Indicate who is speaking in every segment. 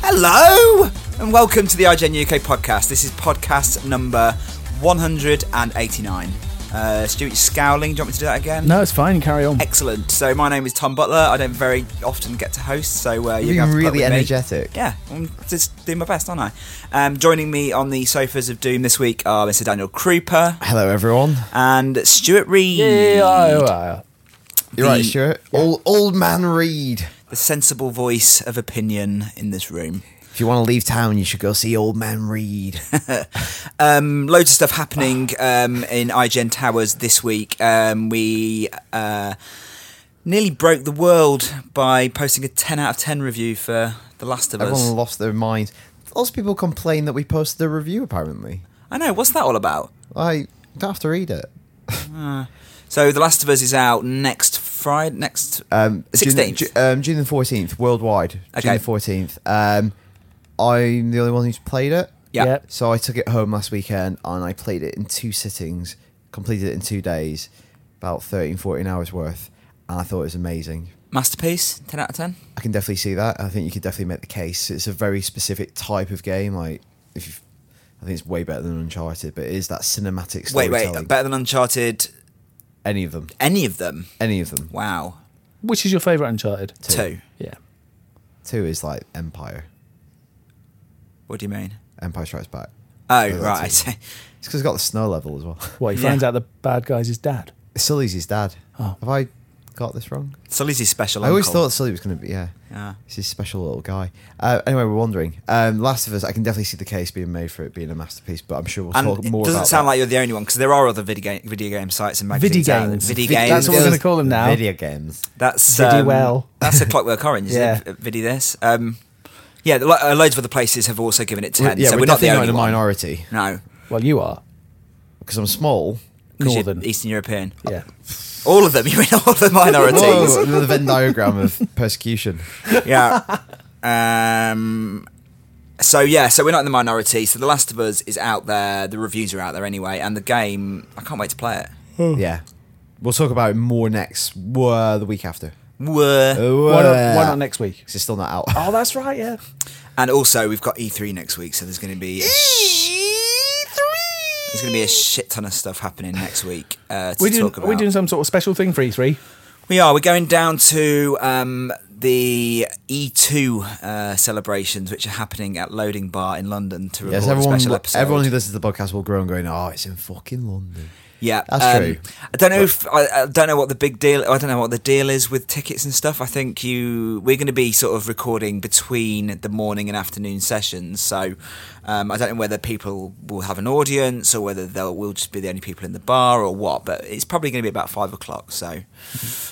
Speaker 1: Hello and welcome to the IGN UK podcast. This is podcast number 189. Uh, Stuart, scowling. Do you want me to do that again?
Speaker 2: No, it's fine. Carry on.
Speaker 1: Excellent. So my name is Tom Butler. I don't very often get to host, so uh, you're gonna
Speaker 3: You've been
Speaker 1: have to put up
Speaker 3: really
Speaker 1: with me.
Speaker 3: energetic.
Speaker 1: Yeah, I'm just doing my best, aren't I? Um, joining me on the sofas of doom this week are Mr. Daniel Krupa
Speaker 3: Hello, everyone.
Speaker 1: and Stuart Reed.
Speaker 2: E
Speaker 3: You're right, Stuart. Old, old man Reed.
Speaker 1: The sensible voice of opinion in this room.
Speaker 3: If you want to leave town, you should go see Old Man Reed.
Speaker 1: Um, loads of stuff happening um, in IGN Towers this week. Um, we uh, nearly broke the world by posting a 10 out of 10 review for The Last of Us.
Speaker 3: Everyone lost their minds. Lots of people complain that we posted a review, apparently.
Speaker 1: I know, what's that all about?
Speaker 3: I don't have to read it.
Speaker 1: So The Last of Us is out next Friday, next
Speaker 3: Um,
Speaker 1: 16th.
Speaker 3: June, Ju- um, June the 14th, worldwide.
Speaker 1: Okay.
Speaker 3: June the 14th. Um, I'm the only one who's played it.
Speaker 1: yeah.
Speaker 2: Yep.
Speaker 3: So I took it home last weekend and I played it in two sittings, completed it in two days, about 13, 14 hours worth. And I thought it was amazing.
Speaker 1: Masterpiece, 10 out of 10.
Speaker 3: I can definitely see that. I think you could definitely make the case. It's a very specific type of game. Like if you've, I think it's way better than Uncharted, but it is that cinematic
Speaker 1: Wait,
Speaker 3: storytelling.
Speaker 1: wait, better than Uncharted,
Speaker 3: any of them,
Speaker 1: any of them.
Speaker 3: any of them.
Speaker 1: Wow.
Speaker 2: Which is your favourite Uncharted?
Speaker 1: Two.
Speaker 2: Yeah.
Speaker 3: Two is like Empire,
Speaker 1: What do you mean?
Speaker 3: Empire Strikes Back.
Speaker 1: Oh,
Speaker 3: that's
Speaker 1: right.
Speaker 3: it.
Speaker 1: I see.
Speaker 3: It's because it's got the snow level as well.
Speaker 2: Well, he
Speaker 1: Yeah.
Speaker 2: finds out the bad guy's his dad.
Speaker 3: Sully's his dad.
Speaker 2: Oh.
Speaker 3: Have I got this wrong?
Speaker 1: Sully's his special
Speaker 3: I always
Speaker 1: uncle.
Speaker 3: thought Sully was going to be yeah.
Speaker 1: Yeah.
Speaker 3: He's this special little guy. Uh, anyway, we're wandering. Um, Last of Us. I can definitely see the case being made for it being a masterpiece, but I'm sure we'll
Speaker 1: And
Speaker 3: talk
Speaker 1: it
Speaker 3: more.
Speaker 1: doesn't
Speaker 3: about
Speaker 1: sound
Speaker 3: that.
Speaker 1: like you're the only one because there are other video game, video game sites and magazines.
Speaker 2: Video
Speaker 1: out there.
Speaker 2: games.
Speaker 1: Video
Speaker 2: Vi-
Speaker 1: games.
Speaker 2: that's what we're gonna call them now.
Speaker 3: Video games.
Speaker 1: That's
Speaker 2: Video
Speaker 1: um,
Speaker 2: well.
Speaker 1: That's a Clockwork Orange. yeah.
Speaker 2: Yeah.
Speaker 1: Isn't it? Video this. Um, yeah, lo- uh, loads of other places have also given it ten.
Speaker 3: yeah,
Speaker 1: so
Speaker 3: we're,
Speaker 1: we're, not the
Speaker 3: definitely
Speaker 1: only
Speaker 3: not in a
Speaker 1: one.
Speaker 3: minority
Speaker 1: No,
Speaker 2: Well, you are.
Speaker 3: because I'm small.
Speaker 1: 'cause you're
Speaker 2: Northern.
Speaker 1: Eastern European.
Speaker 2: Yeah.
Speaker 1: All of them. You're in all the minorities.
Speaker 3: Whoa, the Venn diagram of persecution.
Speaker 1: yeah. Um, so yeah, so we're not in the minority. So The Last of Us is out there. The reviews are out there anyway, and the game. I can't wait to play it.
Speaker 3: yeah, we'll talk about it more next. Uh, the week after. Oh.
Speaker 1: Whoa.
Speaker 2: Why not, why not next week?
Speaker 3: 'Cause It's still not out.
Speaker 2: Oh, that's right. Yeah.
Speaker 1: And also, we've got E3 next week, so there's going to be a There's going to be a shit ton of stuff happening next week uh, to
Speaker 2: We're doing,
Speaker 1: talk about.
Speaker 2: we're doing some sort of special thing for E E3.
Speaker 1: We are. We're going down to um, the E2 uh, celebrations, which are happening at Loading Bar in London to record
Speaker 3: Yes,
Speaker 1: a
Speaker 3: everyone,
Speaker 1: special episode.
Speaker 3: everyone who listens to the podcast will grow and going, oh, it's in fucking London.
Speaker 1: yeah,
Speaker 3: That's
Speaker 1: um,
Speaker 3: true.
Speaker 1: I don't know if I, I don't know what the big deal. I don't know what the deal is with tickets and stuff. I think you we're going to be sort of recording between the morning and afternoon sessions, so um, I don't know whether people will have an audience or whether they'll we'll just be the only people in the bar or what. But it's probably going to be about five o'clock, so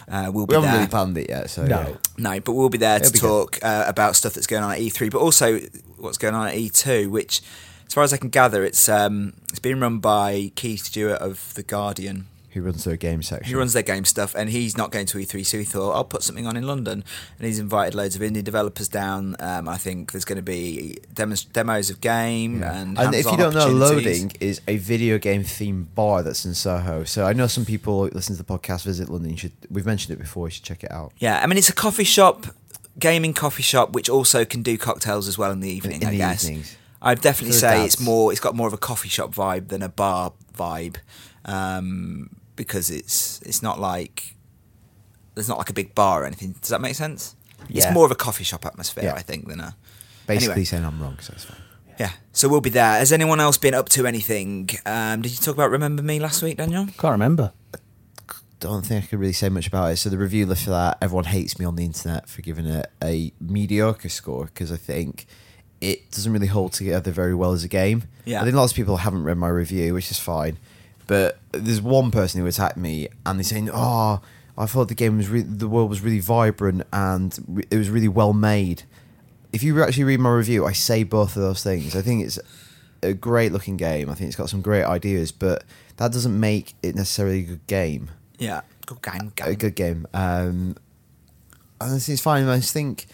Speaker 1: uh, we'll be
Speaker 3: We haven't
Speaker 1: there.
Speaker 3: really planned it yet, so
Speaker 2: No.
Speaker 3: yeah.
Speaker 1: No, but we'll be there
Speaker 3: It'll
Speaker 1: to
Speaker 3: be
Speaker 1: talk uh, about stuff that's going on at E3, but also what's going on at E2, which, as far as I can gather, it's um, it's being run by Keith Stewart of the Guardian.
Speaker 3: Who runs their game section?
Speaker 1: He runs their game stuff, and he's not going to E3, so he thought I'll put something on in London, and he's invited loads of indie developers down. Um, I think there's going to be demos, demos of game and
Speaker 3: And if you
Speaker 1: hands-on
Speaker 3: don't know,
Speaker 1: opportunities.
Speaker 3: Loading is a video game themed bar that's in Soho. So I know some people who listen to the podcast visit London. You should we've mentioned it before. You should check it out.
Speaker 1: Yeah, I mean it's a coffee shop, gaming coffee shop, which also can do cocktails as well in the evening.
Speaker 3: in
Speaker 1: I
Speaker 3: the
Speaker 1: guess
Speaker 3: evenings.
Speaker 1: I'd definitely
Speaker 3: For the
Speaker 1: say
Speaker 3: dads.
Speaker 1: it's more. It's got more of a coffee shop vibe than a bar vibe, um, because it's it's not like there's not like a big bar or anything. Does that make sense? It's
Speaker 3: Yeah.
Speaker 1: more of a coffee shop atmosphere,
Speaker 3: Yeah.
Speaker 1: I think, than a
Speaker 3: Basically
Speaker 1: Anyway.
Speaker 3: saying I'm wrong, so it's fine.
Speaker 1: yeah. So we'll be there. Has anyone else been up to anything? Um, did you talk about Remember Me last week, Daniel?
Speaker 2: Can't remember.
Speaker 3: don't think I could really say much about it. So the review left for that, everyone hates me on the internet for giving it a mediocre score because I think it doesn't really hold together very well as a game.
Speaker 1: Yeah.
Speaker 3: I think lots of people haven't read my review, which is fine. But there's one person who attacked me and they're saying, "Oh, I thought the game was re- the world was really vibrant and re- it was really well made." If you actually read my review, I say both of those things. I think it's a great looking game. I think it's got some great ideas, but that doesn't make it necessarily a good game
Speaker 1: Yeah. Good game.
Speaker 3: a
Speaker 1: game.
Speaker 3: good game. Um, and this is fine. I just think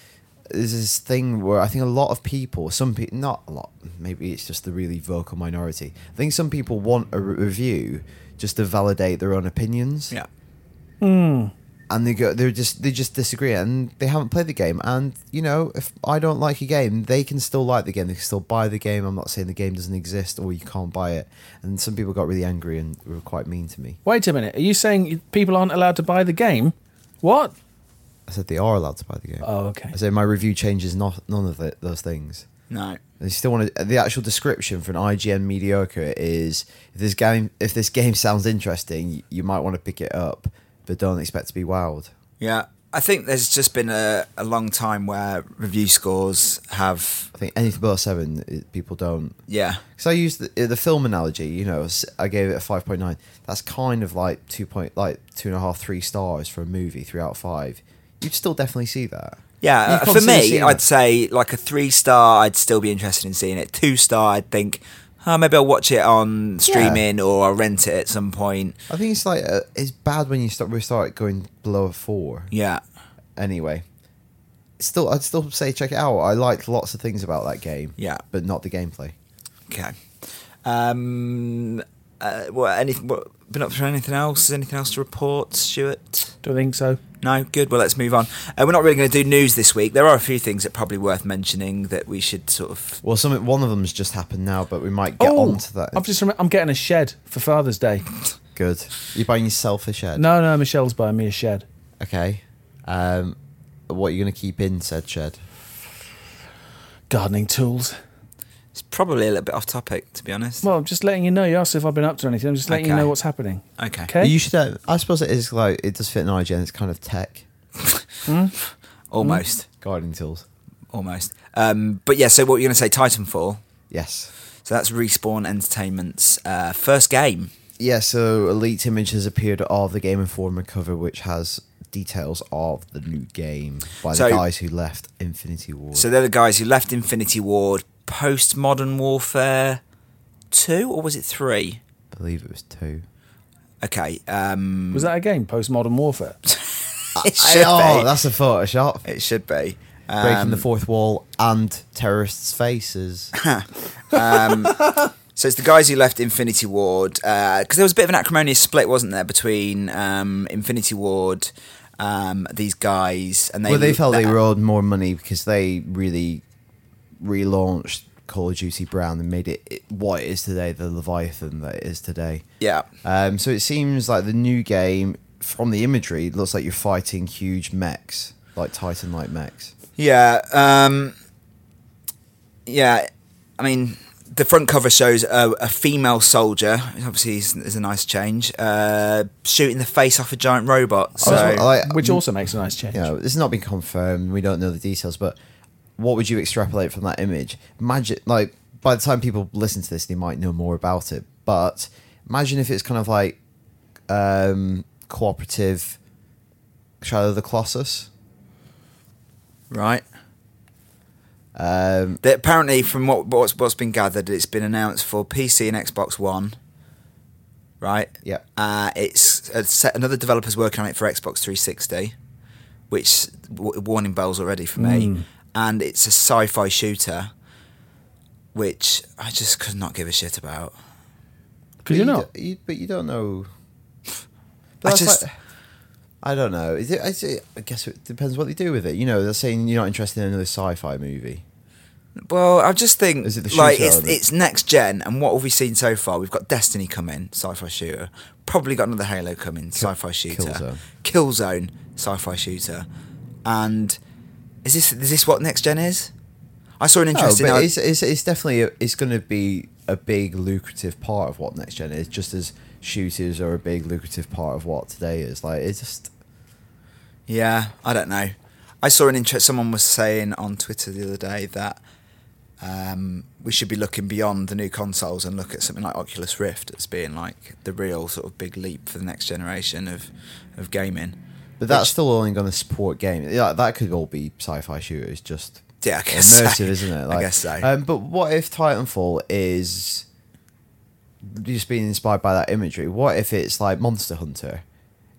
Speaker 3: there's this thing where I think a lot of people, some people, not a lot, maybe it's just the really vocal minority. I think some people want a re- review just to validate their own opinions.
Speaker 1: Yeah.
Speaker 3: and they go, they're just they just disagree, and they haven't played the game. And you know, if I don't like a game, they can still like the game. They can still buy the game. I'm not saying the game doesn't exist or you can't buy it. And some people got really angry and were quite mean to me.
Speaker 2: Wait a minute. Are you saying people aren't allowed to buy the game? What?
Speaker 3: I said they are allowed to buy the game.
Speaker 2: Oh, okay.
Speaker 3: I said my review changes not none of the, those things.
Speaker 1: No.
Speaker 3: They still want to, the actual description for an IGN mediocre is if this game if this game sounds interesting, you might want to pick it up, but don't expect to be wowed.
Speaker 1: Yeah. I think there's just been a, a long time where review scores have,
Speaker 3: I think anything below seven, it, people don't.
Speaker 1: yeah,
Speaker 3: Because I used the, the film analogy, you know, s- I gave it a five point nine. That's kind of like two point, like two and a half, three stars for a movie, three out of five. You'd still definitely see that.
Speaker 1: Yeah,
Speaker 3: You'd
Speaker 1: uh, for
Speaker 3: consider
Speaker 1: me,
Speaker 3: seeing
Speaker 1: I'd
Speaker 3: it.
Speaker 1: say like a three star, I'd still be interested in seeing it. Two star, I'd think, oh, maybe I'll watch it on streaming or I'll rent it at some point.
Speaker 3: I think it's like uh it's bad when you start we start going below a four.
Speaker 1: Yeah.
Speaker 3: Anyway, still, I'd still say check it out. I liked lots of things about that game.
Speaker 1: Yeah.
Speaker 3: but not the gameplay.
Speaker 1: Okay. Um, uh, what, any, what, been up for anything else? Is anything else to report, Stuart?
Speaker 2: Don't think so.
Speaker 1: No, good. Well, let's move on. Uh, we're not really going to do news this week. There are a few things that probably worth mentioning that we should sort of.
Speaker 3: Well, some one of them's just happened now, but we might get
Speaker 2: oh,
Speaker 3: on to that.
Speaker 2: I've just remem- I'm getting a shed for Father's Day.
Speaker 3: good. You're buying yourself a shed.
Speaker 2: No, no, Michelle's buying me a shed.
Speaker 3: Okay. Um, what are you going to keep in said shed?
Speaker 2: Gardening tools.
Speaker 1: It's probably a little bit off topic, to be honest.
Speaker 2: Well, I'm just letting you know. You asked if I've been up to anything. I'm just letting you
Speaker 1: Okay.
Speaker 2: know what's happening.
Speaker 1: okay.
Speaker 2: Okay.
Speaker 3: You should. Uh, I suppose it is like it does fit in IGN. It's kind of tech
Speaker 1: Almost.
Speaker 3: gardening tools.
Speaker 1: Almost. Um, but yeah, so what were you going to say? Titanfall.
Speaker 3: Yes.
Speaker 1: So that's Respawn Entertainment's uh, first game.
Speaker 3: Yeah. So a leaked image has appeared of the Game Informer cover, which has details of the new game by
Speaker 1: So-
Speaker 3: the guys who left Infinity War.
Speaker 1: So they're the guys who left Infinity Ward post Modern Warfare 2, or was it 3?
Speaker 3: I believe it was two.
Speaker 1: Okay. Um,
Speaker 2: Was that a game? Postmodern warfare.
Speaker 1: it should
Speaker 3: oh,
Speaker 1: be.
Speaker 3: that's a Photoshop.
Speaker 1: It should be.
Speaker 3: Breaking
Speaker 1: Um,
Speaker 3: the fourth wall and terrorists' faces.
Speaker 1: so it's the guys who left Infinity Ward, because there was a bit of an acrimonious split, wasn't there, between um, Infinity Ward, um, these guys, and they.
Speaker 3: well, they felt they were owed more money because they really relaunched Call of Duty Brown and made it, it what it is today, the Leviathan that it is today.
Speaker 1: Yeah.
Speaker 3: Um, so it seems like the new game, from the imagery, it looks like you're fighting huge mechs, like Titan-like mechs.
Speaker 1: Yeah. Um, yeah. I mean, the front cover shows a, a female soldier, which obviously is, is a nice change, uh, shooting the face off a giant robot. So,
Speaker 3: Oh, I was- like,
Speaker 2: Which also makes a nice change.
Speaker 3: you know, this has not been confirmed. We don't know the details, but what would you extrapolate from that image? Imagine, like, by the time people listen to this, they might know more about it. But imagine if it's kind of like um, cooperative Shadow of the Colossus.
Speaker 1: right.
Speaker 3: Um,
Speaker 1: That apparently, from what, what's, what's been gathered, it's been announced for PC and Xbox One. Right.
Speaker 3: Yeah.
Speaker 1: Uh, it's a set, another developer's working on it for Xbox 360, which w- warning bells already for me.
Speaker 3: Hmm.
Speaker 1: And it's a sci-fi shooter, which I just could not give a shit about.
Speaker 2: Because you're
Speaker 3: but
Speaker 2: not.
Speaker 3: d- you, but you don't know.
Speaker 1: I
Speaker 3: That's
Speaker 1: just-
Speaker 3: like- I don't know. Is it, is it, I guess it depends what they do with it. You know, they're saying you're not interested in another sci-fi movie.
Speaker 1: Well, I just think
Speaker 3: Is it the
Speaker 1: like
Speaker 3: shooter
Speaker 1: it's,
Speaker 3: element?
Speaker 1: it's next gen, and what have we seen so far? We've got Destiny coming, sci-fi shooter. Probably got another Halo coming, sci-fi shooter.
Speaker 3: Killzone.
Speaker 1: Killzone, sci-fi shooter. And is this is this what next gen is? I saw an interesting.
Speaker 3: No,
Speaker 1: ar-
Speaker 3: but it's, it's, it's definitely a, it's going to be a big lucrative part of what next gen is, just as shooters are a big lucrative part of what today is. Like it's just
Speaker 1: Yeah, I don't know. I saw an interest. Someone was saying on Twitter the other day that um, we should be looking beyond the new consoles and look at something like Oculus Rift as being like the real sort of big leap for the next generation of of gaming.
Speaker 3: but that's
Speaker 1: Which-
Speaker 3: still only going to support games. Yeah, that could all be sci-fi shooters, just
Speaker 1: Yeah, I guess so.
Speaker 3: immersive, isn't it?
Speaker 1: I guess so.
Speaker 3: Um, but what if Titanfall is just being inspired by that imagery? What if it's like Monster Hunter?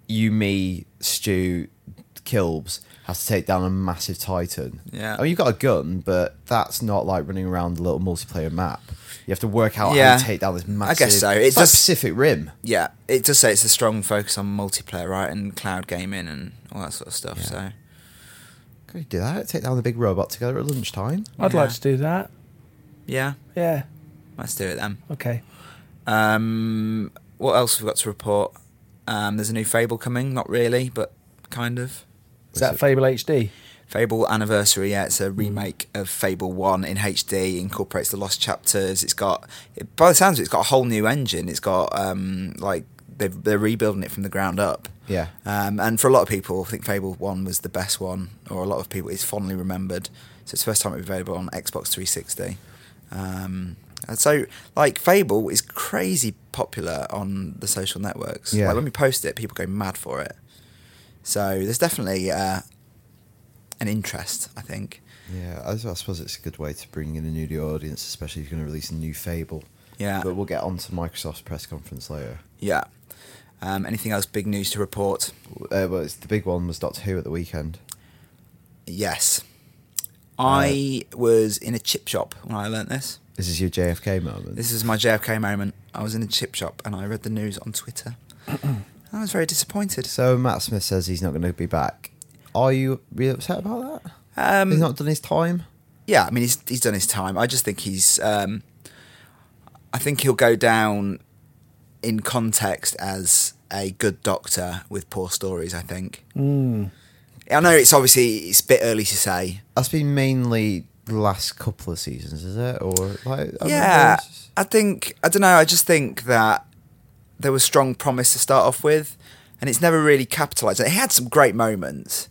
Speaker 3: You, me, Stu, Kilbs, has to take down a massive titan.
Speaker 1: Yeah.
Speaker 3: I mean, you've got a gun, but that's not like running around a little multiplayer map. You have to work out how
Speaker 1: Yeah.
Speaker 3: to take down this
Speaker 1: I
Speaker 3: massive.
Speaker 1: guess so. It
Speaker 3: It's like
Speaker 1: does-
Speaker 3: Pacific Rim.
Speaker 1: Yeah, it does say it's a strong focus on multiplayer, right, and cloud gaming and all that sort of stuff. So
Speaker 3: Could you do that? Take down the big robot together at lunchtime.
Speaker 2: I'd
Speaker 1: Yeah.
Speaker 2: like to do that.
Speaker 1: yeah,
Speaker 2: Yeah.
Speaker 1: let's do it then.
Speaker 2: Okay.
Speaker 1: Um, what else have we got to report? Um, there's a new Fable coming. Not really, but kind of.
Speaker 2: Is
Speaker 3: Was
Speaker 2: that
Speaker 3: it-
Speaker 2: Fable HD?
Speaker 1: Fable Anniversary, yeah, it's a remake of Fable One in HD. Incorporates the lost chapters. It's got, it, by the sounds of it, it's got a whole new engine. It's got um, like they've, they're rebuilding it from the ground up.
Speaker 3: Yeah.
Speaker 1: Um, and for a lot of people, I think Fable One was the best one, or a lot of people it's fondly remembered. So it's the first time it was available on Xbox 360. Um, and so, like Fable is crazy popular on the social networks.
Speaker 3: Yeah.
Speaker 1: Like when we post it, people go mad for it. So there's definitely uh, an interest, I think.
Speaker 3: Yeah, I, s- I suppose it's a good way to bring in a new audience, especially if you're going to release a new Fable.
Speaker 1: Yeah.
Speaker 3: But we'll get on to Microsoft's press conference later.
Speaker 1: Yeah. Um, anything else big news to report?
Speaker 3: Uh, well, it's, the big one was Doctor Who at the weekend.
Speaker 1: Yes. I
Speaker 3: Uh,
Speaker 1: was in a chip shop when I learnt this.
Speaker 3: This is your JFK moment.
Speaker 1: This is my JFK moment. I was in a chip shop and I read the news on Twitter. I was very disappointed.
Speaker 3: so Matt Smith says he's not going to be back. Are you really upset about that?
Speaker 1: Um,
Speaker 3: he's not done his time.
Speaker 1: yeah, I mean, he's he's done his time. I just think he's. Um, I think he'll go down in context as a good doctor with poor stories. I think.
Speaker 2: Hmm,
Speaker 1: I know it's obviously it's a bit early to say.
Speaker 3: That's been mainly the last couple of seasons, is it? Or like,
Speaker 1: yeah,
Speaker 3: I remember Oh, it's-
Speaker 1: I think I don't know. I just think that there was strong promise to start off with, and it's never really capitalised. It had some great moments,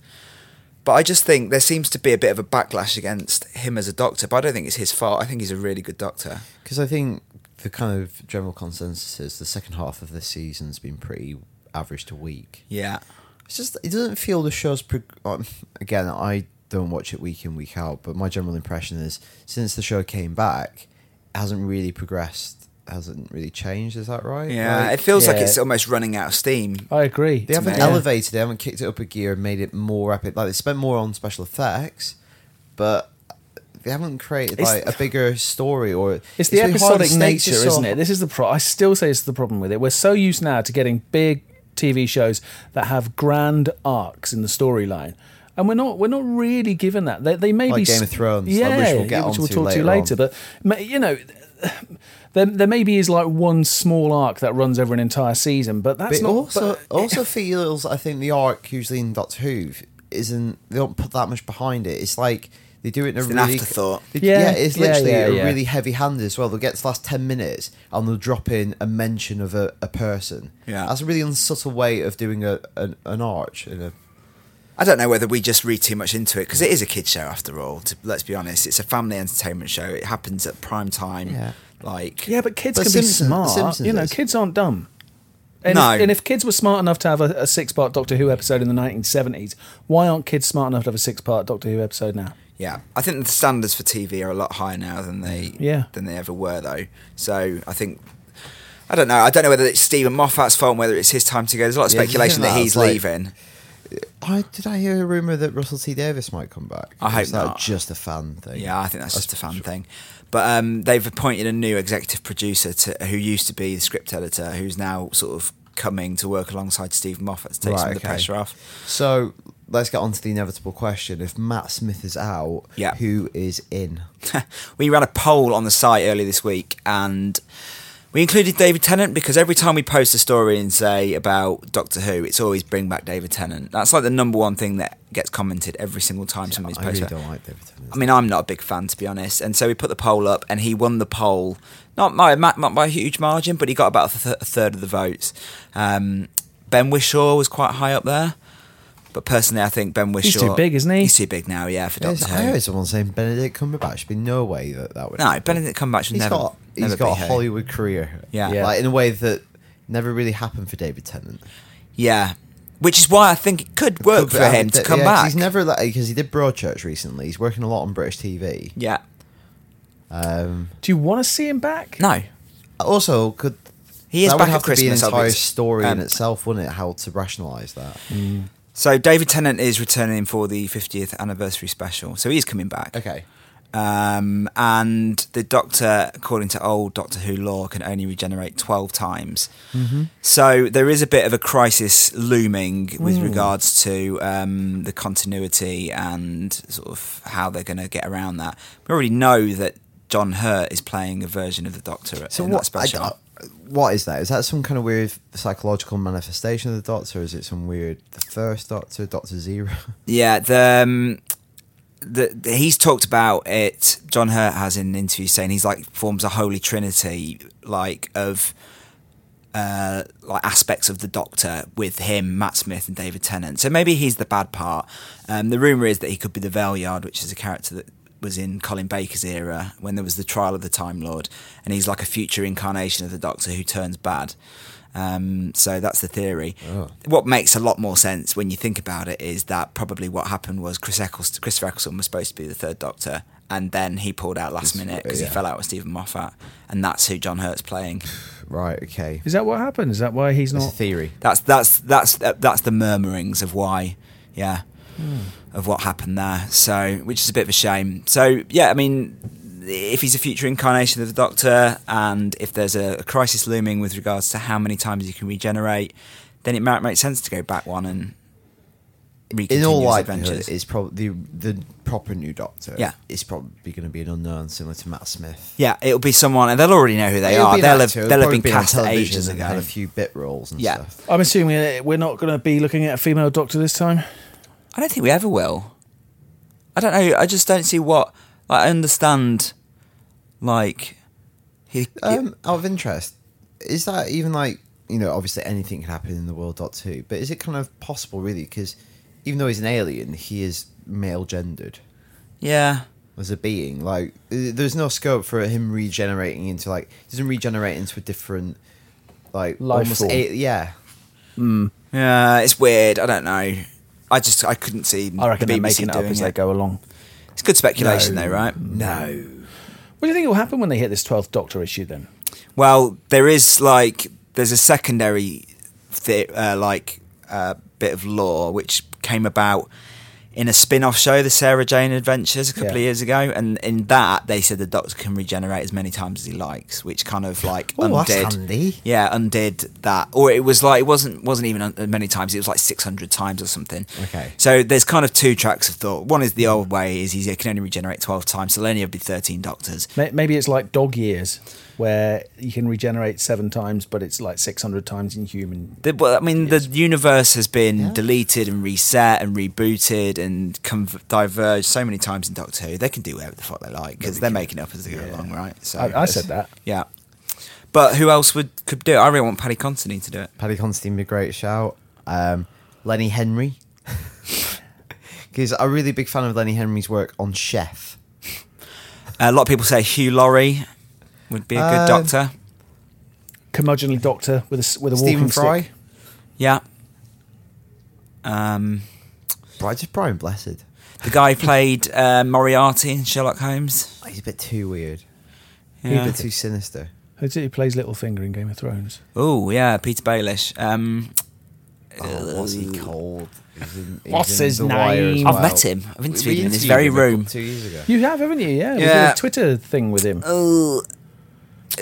Speaker 1: but I just think there seems to be a bit of a backlash against him as a doctor. But I don't think it's his fault. I think he's a really good doctor.
Speaker 3: Because I think the kind of general consensus is the second half of this season's been pretty average to weak.
Speaker 1: Yeah,
Speaker 3: It's just it doesn't feel the show's. Prog- um, again, I don't watch it week in week out, but my general impression is since the show came back, it hasn't really progressed, hasn't really changed. Is that right?
Speaker 1: yeah.
Speaker 3: Like,
Speaker 1: it feels like
Speaker 2: yeah.
Speaker 1: it's almost running out of steam.
Speaker 2: I agree.
Speaker 3: they haven't
Speaker 1: amazing.
Speaker 3: elevated. it, They haven't kicked it up a gear and made it more rapid. Like they spent more on special effects, but they haven't created
Speaker 1: It's-
Speaker 3: like a bigger story or
Speaker 2: It's the
Speaker 3: really hard on
Speaker 2: episodic
Speaker 3: stakes,
Speaker 2: nature,
Speaker 3: it's so
Speaker 2: isn't it? This is the pro. I still say it's the problem with it. We're so used now to getting big TV shows that have grand arcs in the storyline, and we're not we're not really given that. They, they may
Speaker 3: Like
Speaker 2: be
Speaker 3: Game
Speaker 2: s-
Speaker 3: of Thrones, like,
Speaker 2: yeah,
Speaker 3: which we'll get onto
Speaker 2: talk to
Speaker 3: later on.
Speaker 2: later. But ma- you know. There, there maybe is like one small arc that runs over an entire season, but that's
Speaker 3: But it
Speaker 2: not.
Speaker 3: also
Speaker 2: but-
Speaker 3: also feels I think the arc usually in Doctor Who isn't they don't put that much behind it. It's like they do it in a
Speaker 1: an
Speaker 3: really
Speaker 1: afterthought.
Speaker 3: They-
Speaker 2: Yeah,
Speaker 3: yeah, it's
Speaker 2: yeah,
Speaker 3: literally
Speaker 2: yeah,
Speaker 3: a
Speaker 2: yeah.
Speaker 3: really heavy handed as well. They'll get to the last ten minutes and they'll drop in a mention of a, a person.
Speaker 1: Yeah.
Speaker 3: that's a really unsubtle way of doing a an, an arch. In a,
Speaker 1: I don't know whether we just read too much into it because it is a kid show after all. To, let's be honest, it's a family entertainment show. It happens at prime time.
Speaker 3: Yeah.
Speaker 1: Like
Speaker 2: Yeah, but kids
Speaker 3: But
Speaker 2: can be
Speaker 3: Simpson-
Speaker 2: smart.
Speaker 3: Simpsons
Speaker 2: you know,
Speaker 3: is.
Speaker 2: kids aren't dumb. And,
Speaker 1: No.
Speaker 2: if, and if kids were smart enough to have a, a six-part Doctor Who episode in the 1970s, why aren't kids smart enough to have a six-part Doctor Who episode now?
Speaker 1: Yeah, I think the standards for TV are a lot higher now than they
Speaker 2: Yeah.
Speaker 1: than they ever were though. So I think I don't know. I don't know whether it's Stephen Moffat's fault, and whether it's his time to go. There's a lot of
Speaker 3: Yeah, do you
Speaker 1: speculation
Speaker 3: think
Speaker 1: that
Speaker 3: that's
Speaker 1: he's
Speaker 3: like-
Speaker 1: leaving.
Speaker 3: I did I hear a rumor that Russell T Davis might come back.
Speaker 1: I
Speaker 3: Or
Speaker 1: hope
Speaker 3: is that
Speaker 1: not.
Speaker 3: Just a fan thing.
Speaker 1: Yeah, I think that's just a fan thing. But um, they've appointed a new executive producer to, who used to be the script editor, who's now sort of coming to work alongside Stephen Moffat to take some
Speaker 3: Right,
Speaker 1: of the
Speaker 3: okay.
Speaker 1: pressure off.
Speaker 3: So let's get on to the inevitable question: If Matt Smith is out,
Speaker 1: Yeah.
Speaker 3: who is in?
Speaker 1: we ran a poll on the site earlier this week and we included David Tennant because every time we post a story and say about Doctor Who, it's always bring back David Tennant. That's like the number one thing that gets commented every single time somebody's
Speaker 3: I really
Speaker 1: posted.
Speaker 3: don't like David Tennant.
Speaker 1: I mean, I'm not a big fan to be honest, and so we put the poll up, and he won the poll, not by ma- not by a huge margin, but he got about a, th- a third of the votes. Um, ben Wishaw was quite high up there, but personally, I think Ben Wishaw
Speaker 2: He's too big, isn't he?
Speaker 1: He's too big now, yeah, for
Speaker 3: Yes,
Speaker 1: Doctor
Speaker 3: I
Speaker 1: Who.
Speaker 3: heard someone saying Benedict Cumberbatch. Should be no way that that would.
Speaker 1: No,
Speaker 3: happen.
Speaker 1: Benedict Cumberbatch should
Speaker 3: He's
Speaker 1: never.
Speaker 3: got he's
Speaker 1: never
Speaker 3: got a
Speaker 1: be Who.
Speaker 3: Hollywood career.
Speaker 1: Yeah.
Speaker 2: Yeah.
Speaker 3: like in a way that never really happened for David Tennant.
Speaker 1: Yeah, which is why I think it could work
Speaker 3: But,
Speaker 1: for
Speaker 3: uh,
Speaker 1: him to
Speaker 3: th-
Speaker 1: come
Speaker 3: yeah, 'cause
Speaker 1: back.
Speaker 3: He's never like because he did Broadchurch recently. He's working a lot on British TV.
Speaker 1: yeah,
Speaker 3: Um,
Speaker 2: Do you want to see him back?
Speaker 1: no,
Speaker 3: also, could
Speaker 1: he is
Speaker 3: that
Speaker 1: back
Speaker 3: would have
Speaker 1: at
Speaker 3: to be an
Speaker 1: Christmas.
Speaker 3: entire
Speaker 1: obviously.
Speaker 3: story
Speaker 1: Um, Mm.
Speaker 3: in itself, wouldn't it? How to rationalise that?
Speaker 1: So David Tennant is returning for the 50th anniversary special, so he's coming back.
Speaker 3: Okay.
Speaker 1: Um, and the Doctor, according to old Doctor Who law, can only regenerate 12 times.
Speaker 3: Mm-hmm.
Speaker 1: So there is a bit of a crisis looming with
Speaker 3: Mm.
Speaker 1: regards to um, the continuity and sort of how they're going to get around that. We already know that John Hurt is playing a version of the Doctor
Speaker 3: So
Speaker 1: in
Speaker 3: what?
Speaker 1: that special.
Speaker 3: I, I- what is that? Is that some kind of weird psychological manifestation of the Doctor? Is it some weird the first Doctor, Doctor Zero?
Speaker 1: Yeah, the, um, the, the- he's talked about it. John Hurt has in an interview saying he's like forms a holy trinity, like of uh, like aspects of the Doctor with him, Matt Smith, and David Tennant. So maybe he's the bad part. Um, the rumor is that he could be the Valeyard, which is a character that was in Colin Baker's era when there was the trial of the Time Lord, and he's like a future incarnation of the Doctor who turns bad. Um, so that's the theory. What makes a lot more sense when you think about it is that probably what happened was Chris Eccleston, Christopher Eccleston was supposed to be the third Doctor, and then he pulled out last minute because
Speaker 3: yeah.
Speaker 1: he fell out with Stephen Moffat, and that's who John Hurt's playing.
Speaker 3: right. Okay.
Speaker 2: Is that what happened? Is that why he's
Speaker 3: It's a
Speaker 2: not?
Speaker 3: theory.
Speaker 1: That's that's that's uh, that's the murmurings of why, yeah,
Speaker 3: Hmm.
Speaker 1: of what happened there. So, which is a bit of a shame. So, yeah, I mean, if he's a future incarnation of the Doctor, and if there's a, a crisis looming with regards to how many times he can regenerate, then it might make sense to go back one and.
Speaker 3: In
Speaker 1: recontinue
Speaker 3: all
Speaker 1: his
Speaker 3: likelihood,
Speaker 1: adventures.
Speaker 3: it's probably the, the proper new Doctor.
Speaker 1: Yeah.
Speaker 3: is probably going to be an unknown, similar to Matt Smith.
Speaker 1: yeah, it'll be someone, and they'll already know who they
Speaker 3: It'll
Speaker 1: are.
Speaker 3: be
Speaker 1: They'll
Speaker 3: that
Speaker 1: have,
Speaker 3: too. It'll
Speaker 1: they'll have
Speaker 3: probably
Speaker 1: been
Speaker 3: be on
Speaker 1: cast
Speaker 3: television
Speaker 1: ages
Speaker 3: and
Speaker 1: ago.
Speaker 3: Had a few bit roles and
Speaker 1: Yeah.
Speaker 3: stuff.
Speaker 2: I'm assuming that we're not going to be looking at a female doctor this time.
Speaker 1: I don't think we ever will. I don't know. I just don't see what. Like, I understand, like, he,
Speaker 3: Um, out of interest, is that even like you know? Obviously, anything can happen in the world. Dot two, but is it kind of possible, really? Because even though he's an alien, he is male gendered
Speaker 1: yeah,
Speaker 3: as a being. Like, th- there's no scope for him regenerating into like he doesn't regenerate into a different like
Speaker 2: Life
Speaker 3: almost
Speaker 2: form.
Speaker 3: a- yeah.
Speaker 1: yeah. It's weird. I don't know. I just I couldn't see.
Speaker 2: I reckon
Speaker 1: the
Speaker 2: they're
Speaker 1: BBC
Speaker 2: making it up
Speaker 1: doing
Speaker 2: as they go along.
Speaker 1: It's good speculation,
Speaker 3: No.
Speaker 1: though, right?
Speaker 3: No,
Speaker 2: What do you think will happen when they hit this 12th Doctor issue then?
Speaker 1: Well, there is like there's a secondary th- uh, like uh, bit of lore which came about in a spin-off show, the Sarah Jane Adventures, a couple of
Speaker 2: Yeah.
Speaker 1: years ago, and in that they said the Doctor can regenerate as many times as he likes, which kind of like
Speaker 3: Oh, that's
Speaker 1: undid,
Speaker 3: handy.
Speaker 1: yeah, undid that, or it was like it wasn't wasn't even un- many times, it was like six hundred times or something.
Speaker 3: Okay.
Speaker 1: so there's kind of two tracks of thought. One is the old way is he can only regenerate twelve times, so there'll only be thirteen Doctors.
Speaker 2: May- Maybe it's like dog years, where you can regenerate seven times, but it's like 600 times in human.
Speaker 1: The, well, I mean, the universe has been deleted and reset and rebooted and conv- diverged so many times in Doctor Who. They can do whatever the fuck they like because they're making up as they go along, right? So
Speaker 2: I, I said that.
Speaker 1: yeah. But who else would could do it? I really want Paddy Considine to do it.
Speaker 3: Paddy Constantine be a great shout. Um, Lenny Henry. Because I'm a really big fan of Lenny Henry's work on Chef.
Speaker 1: a lot of people say Hugh Laurie would be a good
Speaker 3: Uh,
Speaker 1: Doctor.
Speaker 2: Curmudgeonly doctor with a s- with a
Speaker 3: Stephen
Speaker 2: walking
Speaker 3: Fry.
Speaker 2: stick.
Speaker 1: Yeah. Um,
Speaker 3: Right, just Brian Blessed.
Speaker 1: the guy who played uh, Moriarty in Sherlock Holmes.
Speaker 3: He's a bit too weird.
Speaker 1: Yeah.
Speaker 3: A bit too sinister.
Speaker 2: Who's it Who plays Littlefinger in Game of Thrones?
Speaker 1: Oh yeah, Peter Baelish. Um,
Speaker 3: Oh, what's he
Speaker 1: Uh,
Speaker 3: called? He's in- he's
Speaker 2: What's
Speaker 3: in
Speaker 2: his
Speaker 3: The Wire as
Speaker 2: name?
Speaker 1: I've
Speaker 3: well.
Speaker 1: met him. I've
Speaker 3: We
Speaker 1: interviewed him in this
Speaker 3: interviewed
Speaker 1: very
Speaker 3: him a couple-
Speaker 1: room.
Speaker 3: two years ago.
Speaker 2: You have, haven't you? Yeah. We
Speaker 1: Yeah.
Speaker 2: did a Twitter thing with him.
Speaker 1: Oh,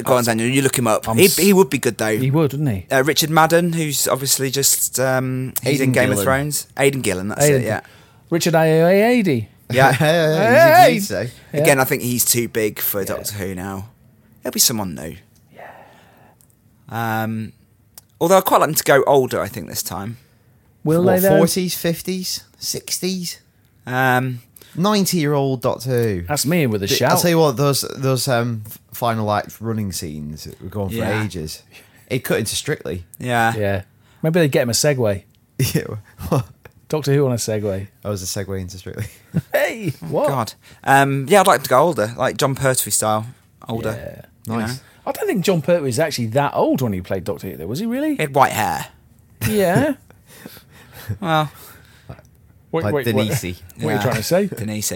Speaker 1: go on, Daniel. You look him up.
Speaker 2: Oh, I'm
Speaker 1: He,
Speaker 2: s-
Speaker 1: he would be good though.
Speaker 2: He would, wouldn't he?
Speaker 1: Uh, Richard Madden, who's obviously just um, he's in
Speaker 3: Aidan
Speaker 1: Game of
Speaker 3: Gillen.
Speaker 1: Thrones. Aidan Gillen, that's
Speaker 2: Aidan.
Speaker 1: it. Yeah,
Speaker 2: Richard Ayoade.
Speaker 1: yeah.
Speaker 3: yeah,
Speaker 2: Hey!
Speaker 3: you'd say.
Speaker 2: Yeah.
Speaker 1: Again, I think he's too big for Doctor Who now. There'll be someone new. Yeah. Um, although I quite like him to go older. I think this time.
Speaker 2: Will
Speaker 3: What,
Speaker 2: they though?
Speaker 3: 40s, 50s, 60s?
Speaker 1: Um,
Speaker 3: 90 year old Doctor Who.
Speaker 2: That's me with a
Speaker 3: Th-
Speaker 2: shout.
Speaker 3: I'll tell you what, those those um, f- final act running scenes that were going for
Speaker 1: Yeah.
Speaker 3: ages. It cut into Strictly.
Speaker 1: yeah.
Speaker 2: yeah. Maybe they get him a Segway.
Speaker 3: Yeah,
Speaker 2: Doctor Who on a Segway.
Speaker 3: that was a segue into Strictly.
Speaker 2: Hey, what?
Speaker 1: God. Um, yeah, I'd like him to go older, like John Pertwee style, older.
Speaker 2: Yeah.
Speaker 1: you
Speaker 3: Nice.
Speaker 1: know?
Speaker 2: I don't think John Pertwee was actually that old when he played Doctor Who. Though was he really?
Speaker 1: He had white hair.
Speaker 2: yeah.
Speaker 1: Well,
Speaker 2: Wait,
Speaker 3: Like
Speaker 2: wait, what-
Speaker 3: Denise.
Speaker 2: What, are you
Speaker 1: Yeah.
Speaker 2: trying to say?
Speaker 1: Denise.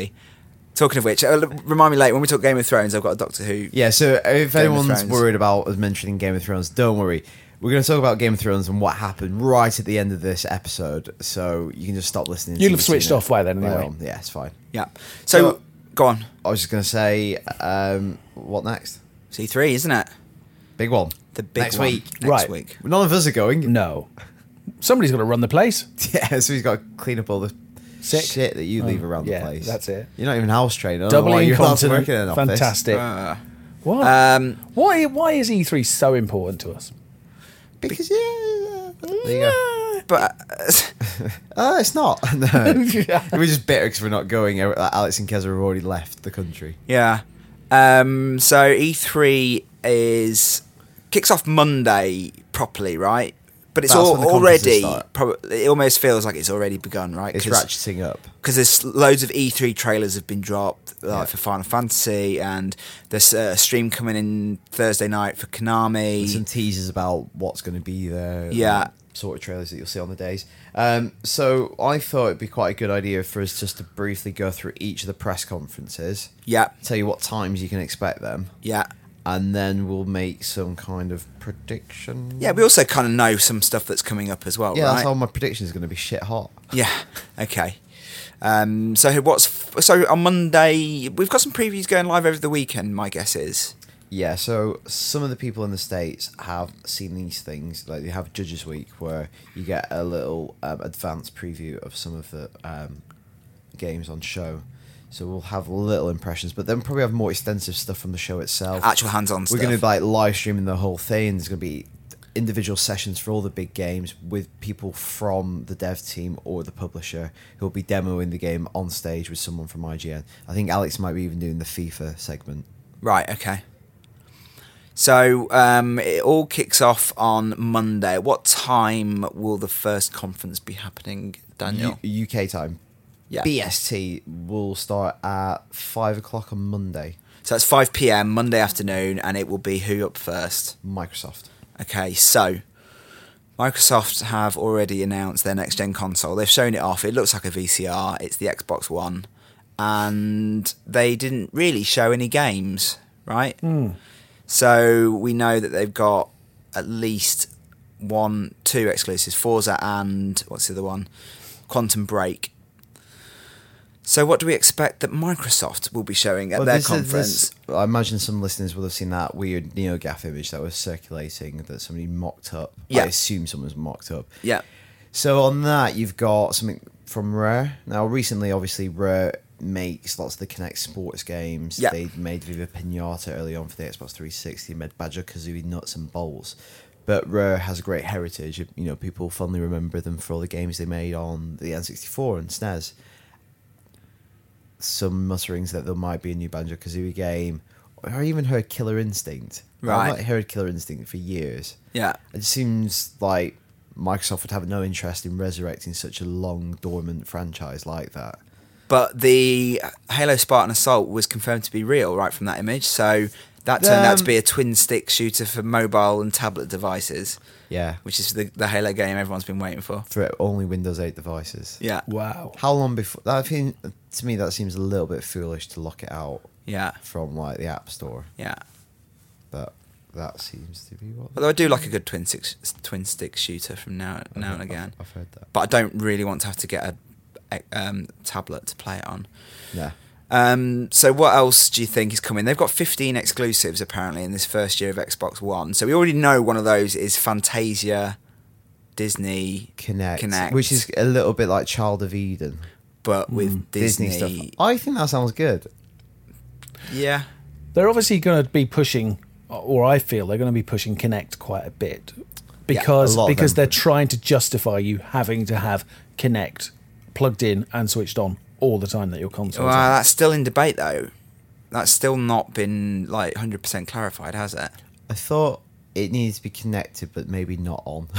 Speaker 1: Talking of which, uh, l- remind me later when we talk Game of Thrones. I've got a Doctor Who.
Speaker 3: Yeah, so if
Speaker 1: of
Speaker 3: anyone's
Speaker 1: Thrones.
Speaker 3: worried about us mentioning Game of Thrones, don't worry. We're going to talk about Game of Thrones and what happened right at the end of this episode, so you can just stop listening.
Speaker 2: You'll
Speaker 3: until
Speaker 2: have
Speaker 3: you've seen
Speaker 2: switched
Speaker 3: it.
Speaker 2: off by then
Speaker 3: Right
Speaker 2: anyway.
Speaker 3: on. Yeah, it's fine.
Speaker 1: Yeah. So
Speaker 3: So-
Speaker 1: go on.
Speaker 3: I was just going to say, um, what next?
Speaker 1: C three, isn't it?
Speaker 3: Big one.
Speaker 1: The big
Speaker 3: next
Speaker 1: one.
Speaker 3: week.
Speaker 1: Next
Speaker 2: Right.
Speaker 1: week.
Speaker 3: None of us are going.
Speaker 2: No. Somebody's got to run the place.
Speaker 3: Yeah, so he's got to clean up all the
Speaker 2: Sick.
Speaker 3: shit that you leave
Speaker 2: Oh,
Speaker 3: around
Speaker 2: yeah,
Speaker 3: the place.
Speaker 2: that's it.
Speaker 3: You're not even house trained. Double
Speaker 2: Doubly
Speaker 3: you're allowed to
Speaker 2: incontinent.
Speaker 3: work in an office.
Speaker 2: Fantastic.
Speaker 1: Uh,
Speaker 2: what?
Speaker 1: um,
Speaker 2: why? Why is E three so important to us?
Speaker 3: Because yeah, there you go.
Speaker 1: but uh,
Speaker 3: Uh, it's not. No,
Speaker 2: Yeah.
Speaker 3: we're just bitter because we're not going. Uh, Alex and Keza have already left the country.
Speaker 1: yeah. Um, so E three is kicks off Monday properly, right? But it's
Speaker 3: That's
Speaker 1: all,
Speaker 3: when the
Speaker 1: already.
Speaker 3: conferences start.
Speaker 1: Probably, it almost feels like it's already begun, right?
Speaker 3: It's
Speaker 1: 'Cause-
Speaker 3: ratcheting up.
Speaker 1: because there's loads of E3 trailers have been dropped, like
Speaker 3: Yeah.
Speaker 1: for Final Fantasy, and there's a stream coming in Thursday night for Konami.
Speaker 3: Some teasers about what's going to be there.
Speaker 1: Yeah.
Speaker 3: and Sort of trailers that you'll see on the days. Um, so I thought it'd be quite a good idea for us just to briefly go through each of the press conferences,
Speaker 1: yeah,
Speaker 3: tell you what times you can expect them,
Speaker 1: yeah,
Speaker 3: and then we'll make some kind of prediction.
Speaker 1: yeah. We also kind of know some stuff that's coming up as well,
Speaker 3: yeah,
Speaker 1: right?
Speaker 3: that's how my prediction is going to be shit hot.
Speaker 1: yeah. Okay. Um, so what's so on Monday? We've got some previews going live over the weekend. My guess is
Speaker 3: Yeah, so some of the people in the states have seen these things. Like they have Judges Week, where you get a little um, advanced preview of some of the um, games on show. So we'll have little impressions, but then probably have more extensive stuff from the show itself.
Speaker 1: actual hands-on
Speaker 3: We're
Speaker 1: stuff.
Speaker 3: going to be like live streaming the whole thing. There's going to be individual sessions for all the big games with people from the dev team or the publisher who'll be demoing the game on stage with someone from IGN. I think Alex might be even doing the FIFA segment.
Speaker 1: Right. Okay. So um, it all kicks off on Monday. What time will the first conference be happening, Daniel?
Speaker 3: U- UK time.
Speaker 1: Yeah.
Speaker 3: BST will start at five o'clock on Monday.
Speaker 1: So it's 5 p.m. Monday afternoon, and it will be who up first.
Speaker 3: Microsoft.
Speaker 1: Okay, so Microsoft have already announced their next gen console. They've shown it off. It looks like a VCR. It's the Xbox One, and they didn't really show any games, right?
Speaker 3: Hmm.
Speaker 1: So we know that they've got at least one, two exclusives: Forza and what's the other one? Quantum Break. So what do we expect that Microsoft will be showing at
Speaker 3: Well,
Speaker 1: their
Speaker 3: this is-
Speaker 1: conference?
Speaker 3: this- I imagine some listeners will have seen that weird NeoGAF image that was circulating that somebody mocked up.
Speaker 1: Yeah.
Speaker 3: I assume someone's mocked up.
Speaker 1: Yeah.
Speaker 3: So on that, you've got something from Rare. Now, recently, obviously, Rare makes lots of the Kinect sports games.
Speaker 1: Yeah.
Speaker 3: They made Viva Pinata early on for the Xbox 360, made Badger Kazooie Nuts and Bolts. But Rare has a great heritage. You know, people fondly remember them for all the games they made on the N64 and SNES. Some mutterings that there might be a new Banjo Kazooie game. I even heard Killer Instinct.
Speaker 1: Right.
Speaker 3: I've not heard Killer Instinct for years.
Speaker 1: Yeah.
Speaker 3: It seems like Microsoft would have no interest in resurrecting such a long dormant franchise like that.
Speaker 1: But the Halo Spartan Assault was confirmed to be real right from that image. So that turned out to
Speaker 3: Um,
Speaker 1: be a twin stick shooter for mobile and tablet devices,
Speaker 3: Yeah,
Speaker 1: which is the, the Halo game everyone's been waiting for.
Speaker 3: for only Windows 8 devices.
Speaker 1: Yeah.
Speaker 2: Wow.
Speaker 3: How long before that? Seems, to me, that seems a little bit foolish to lock it out
Speaker 1: Yeah.
Speaker 3: from like the App Store.
Speaker 1: Yeah.
Speaker 3: But that seems to be what.
Speaker 1: Although I do like a good twin stick, twin stick shooter from now now and
Speaker 3: I've-
Speaker 1: again.
Speaker 3: I've heard that.
Speaker 1: But I don't really want to have to get a um, tablet to play it on.
Speaker 3: Yeah.
Speaker 1: Um, so what else do you think is coming? They've got 15 exclusives apparently in this first year of Xbox One. So we already know one of those is Fantasia, Disney,
Speaker 3: Connect,
Speaker 1: Kinect.
Speaker 3: which is a little bit like Child of Eden,
Speaker 1: but with Disney,
Speaker 3: Hmm, Disney, stuff. I think that sounds good.
Speaker 1: Yeah,
Speaker 2: They're obviously going to be pushing, or I feel they're going to be pushing Connect quite a bit because
Speaker 3: a lot of
Speaker 2: because
Speaker 3: them.
Speaker 2: they're trying to justify you having to have Connect plugged in and switched on all the time that your console.
Speaker 1: well, that's still in debate though. That's still not been like 100% clarified, has it?
Speaker 3: I thought it needs to be connected, but maybe not on.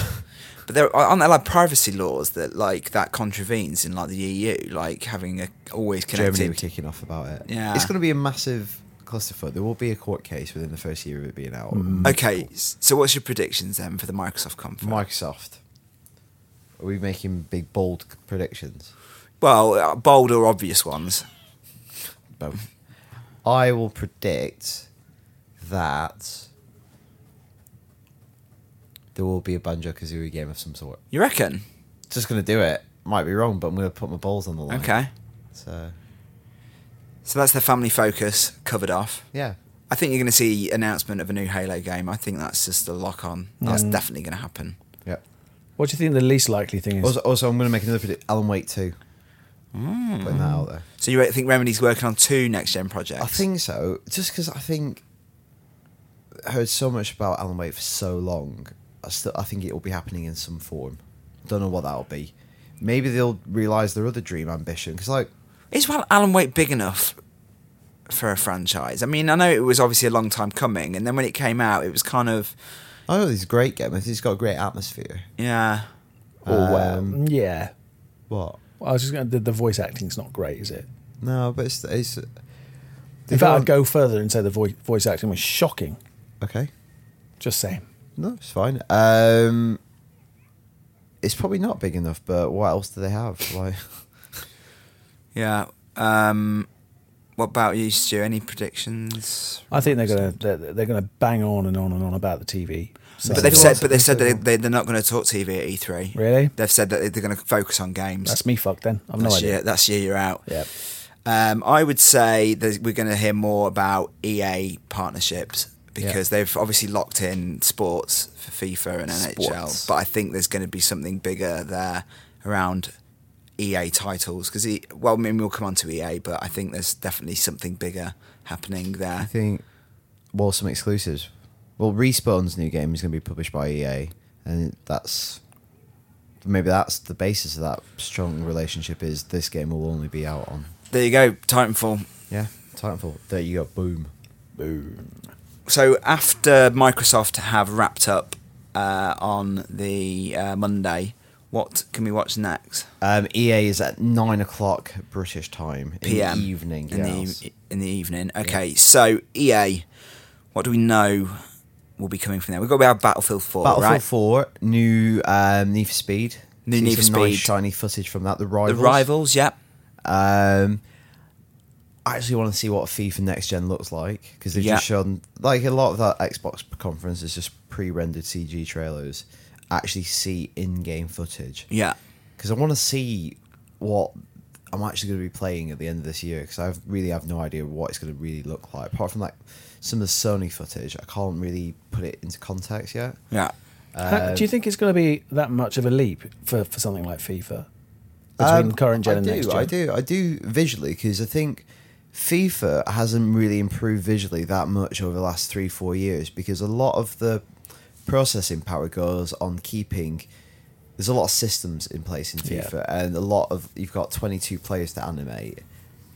Speaker 1: But there aren't there like privacy laws that like that contravenes in like the EU, like having a always
Speaker 3: Germany were
Speaker 1: connected.
Speaker 3: kicking off about it.
Speaker 1: Yeah.
Speaker 3: It's going to be a massive clusterfuck. There will be a court case within the first year of it being out.
Speaker 1: Okay, s- so what's your predictions then for the Microsoft conference?
Speaker 3: Microsoft. Are we making big bold c- predictions?
Speaker 1: well, uh, bold or obvious ones.
Speaker 3: Both. I will predict that there will be a Banjo Kazooie game of some sort.
Speaker 1: You reckon?
Speaker 3: Just gonna do it. Might be wrong, but I'm gonna put my balls on the line.
Speaker 1: Okay.
Speaker 3: So
Speaker 1: So that's the family focus covered off.
Speaker 3: yeah,
Speaker 1: I think you're going to see announcement of a new Halo game. I think that's just a lock on. That's
Speaker 2: Mm.
Speaker 1: definitely going to happen.
Speaker 3: yeah.
Speaker 2: What do you think the least likely thing is?
Speaker 3: Also, also I'm gonna make another predict- Alan Wake two.
Speaker 1: Mm.
Speaker 3: Putting that out there.
Speaker 1: So you think Remedy's working on two next gen projects?
Speaker 3: I think so. Just because I think I heard so much about Alan Wake for so long, I still I think it will be happening in some form. Don't know what that'll be. Maybe they'll realize their other dream ambition. Because like,
Speaker 1: is well Alan Wake big enough for a franchise? I mean, I know it was obviously a long time coming, and then when it came out, it was kind of
Speaker 3: I know this is a great game. It's got a great atmosphere.
Speaker 1: yeah.
Speaker 2: Or, well,
Speaker 3: um,
Speaker 2: Oh, yeah.
Speaker 3: What?
Speaker 2: Well, I was just going. The, the voice acting's not great, is it?
Speaker 3: No, but it's it's.
Speaker 2: In fact, I'd go further and say the voice voice acting was shocking.
Speaker 3: Okay.
Speaker 2: Just saying.
Speaker 3: No, it's fine. Um, it's probably not big enough. But what else do they have? Like,
Speaker 1: Yeah. Um, what about you, Stu? Any predictions?
Speaker 2: I think they're gonna they're, they're gonna bang on and on and on about the TV. So,
Speaker 1: But they've
Speaker 3: Well,
Speaker 1: said,
Speaker 3: that's
Speaker 1: but they said that
Speaker 3: acceptable.
Speaker 1: they, they're not going to talk TV at E3.
Speaker 2: Really?
Speaker 1: They've said that they're going to focus on games.
Speaker 2: that's me fucked. Then I've no
Speaker 1: that's,
Speaker 2: idea.
Speaker 1: year, that's year you're out.
Speaker 2: Yeah.
Speaker 1: Um, I would say that we're going to hear more about EA partnerships because they've obviously locked in sports for FIFA and
Speaker 3: Sports.
Speaker 1: NHL, but I think there's going to be something bigger there around EA titles because well, I mean we'll come on to EA, but I think there's definitely something bigger happening
Speaker 3: I
Speaker 1: there.
Speaker 3: think, well, some exclusives. Well, Respawn's new game is going to be published by EA, and that's maybe that's the basis of that strong relationship. Is this game will only be out on
Speaker 1: There you go, Titanfall.
Speaker 3: yeah Titanfall? There you go, boom.
Speaker 1: so after Microsoft have wrapped up uh, on the uh, Monday, what can we watch next?
Speaker 3: Um, EA is at nine o'clock British time in
Speaker 1: PM
Speaker 3: the evening.
Speaker 1: in
Speaker 3: yes.
Speaker 1: the e, in the evening. Okay, so EA, what do we know will be coming from there? We've got to be our Battlefield Four,
Speaker 3: Battlefield
Speaker 1: right?
Speaker 3: 4, new um, Need for Speed.
Speaker 1: New
Speaker 3: See
Speaker 1: Need for
Speaker 3: some nice
Speaker 1: Speed.
Speaker 3: shiny footage from that. The
Speaker 1: The
Speaker 3: rivals.
Speaker 1: rivals, yep.
Speaker 3: Um, I actually want to see what FIFA next gen looks like because they've
Speaker 1: Yeah.
Speaker 3: just shown like a lot of that Xbox conference is just pre-rendered CG trailers. Actually, see in-game footage
Speaker 1: Yeah,
Speaker 3: because I want to see what I'm actually going to be playing at the end of this year because I really have no idea what it's going to really look like apart from like some of the Sony footage. I can't really put it into context yet.
Speaker 1: yeah.
Speaker 2: Uh, How- do you think it's going to be that much of a leap for, for something like FIFA between
Speaker 3: Um,
Speaker 2: current gen
Speaker 3: I
Speaker 2: and
Speaker 3: do,
Speaker 2: next gen?
Speaker 3: I do, I do visually because I think FIFA hasn't really improved visually that much over the last three, four years because a lot of the processing power goes on keeping. There's a lot of systems in place in
Speaker 2: Yeah.
Speaker 3: FIFA, and a lot of you've got 22 players to animate,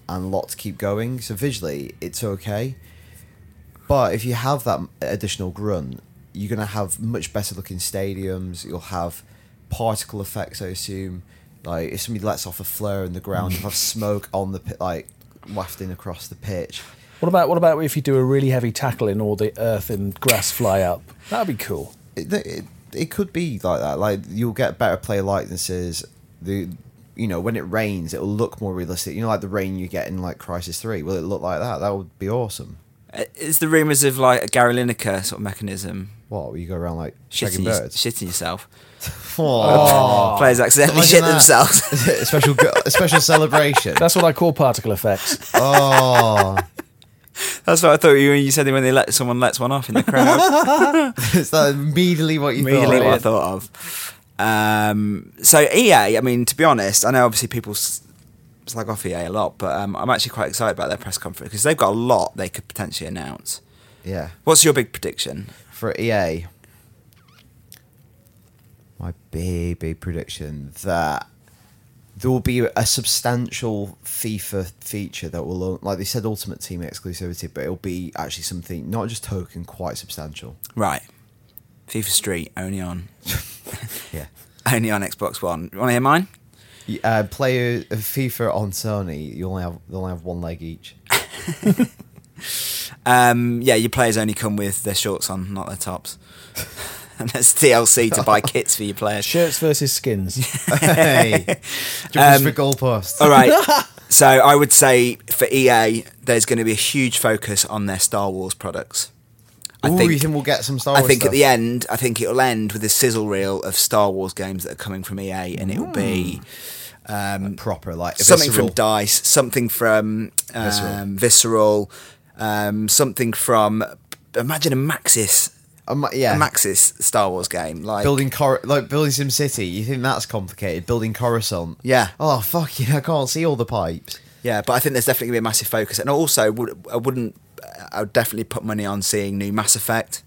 Speaker 3: and a lot to keep going. So visually, it's okay. But if you have that additional grunt, you're going to have much better looking stadiums. You'll have particle effects, I assume. Like if somebody lets off a flare in the ground, you'll have smoke on the pit, like wafting across the pitch.
Speaker 2: What about what about if you do a really heavy tackle and all the earth and grass fly up? That'd be cool.
Speaker 3: It, it, it could be like that. Like you'll get better player likenesses. The you know when it rains, it'll look more realistic. You know, like the rain you get in like Crisis Three. Will it look like that? That would be awesome.
Speaker 1: Uh, It's the rumours of like a Gary Lineker sort of mechanism,
Speaker 3: What you go around like
Speaker 1: shitting,
Speaker 3: shagging
Speaker 1: your-
Speaker 3: birds?
Speaker 1: shitting yourself. Oh.
Speaker 3: Aw.
Speaker 1: Players accidentally
Speaker 3: Imagine
Speaker 1: shit
Speaker 3: that.
Speaker 1: themselves.
Speaker 3: a special go- a special celebration.
Speaker 2: That's what I call particle effects.
Speaker 3: oh,
Speaker 1: That's what I thought you when you said when they let someone lets one off in the crowd.
Speaker 3: is that immediately what you
Speaker 1: immediately what I
Speaker 3: thought?
Speaker 1: thought of. Um, so EA, I mean, to be honest, I know obviously people s- slag off EA a lot, but um, I'm actually quite excited about their press conference because they've got a lot they could potentially announce.
Speaker 3: Yeah,
Speaker 1: What's your big prediction?
Speaker 3: for E EA, my big big prediction that there will be a substantial FIFA feature that will, like they said, Ultimate Team exclusivity, but it'll be actually something not just token, quite substantial.
Speaker 1: Right, FIFA Street only on
Speaker 3: Yeah.
Speaker 1: only on Xbox One. You want to hear mine?
Speaker 3: Uh, player FIFA on Sony, you only have they only have one leg each.
Speaker 1: Um, yeah, your players only come with their shorts on, not their tops. and there's DLC to buy kits for your players.
Speaker 2: Shirts versus skins.
Speaker 3: hey,
Speaker 1: Um,
Speaker 3: jumpers for goalposts.
Speaker 1: All right. so I E would say for EA, there's going to be a huge focus on their Star Wars products. I
Speaker 3: Ooh,
Speaker 1: think
Speaker 3: you think we'll get some Star
Speaker 1: I
Speaker 3: Wars
Speaker 1: think
Speaker 3: stuff?
Speaker 1: at the end, I think it'll end with a sizzle reel of Star Wars games that are coming from EA, and it'll be um,
Speaker 3: proper like
Speaker 1: something from
Speaker 3: Mm. visceral.
Speaker 1: Dice, something from um, Visceral,
Speaker 3: Visceral.
Speaker 1: um, something from imagine a Maxis,
Speaker 3: Um, yeah,
Speaker 1: a Maxis Star Wars game, like
Speaker 3: building Cor- like building Sim City. You think that's complicated? Building Coruscant.
Speaker 1: Yeah.
Speaker 3: Oh fuck! Yeah, I can't see all the pipes.
Speaker 1: Yeah, but I think there's definitely gonna be a massive focus, and also would, I wouldn't, I would definitely put money on seeing new Mass Effect,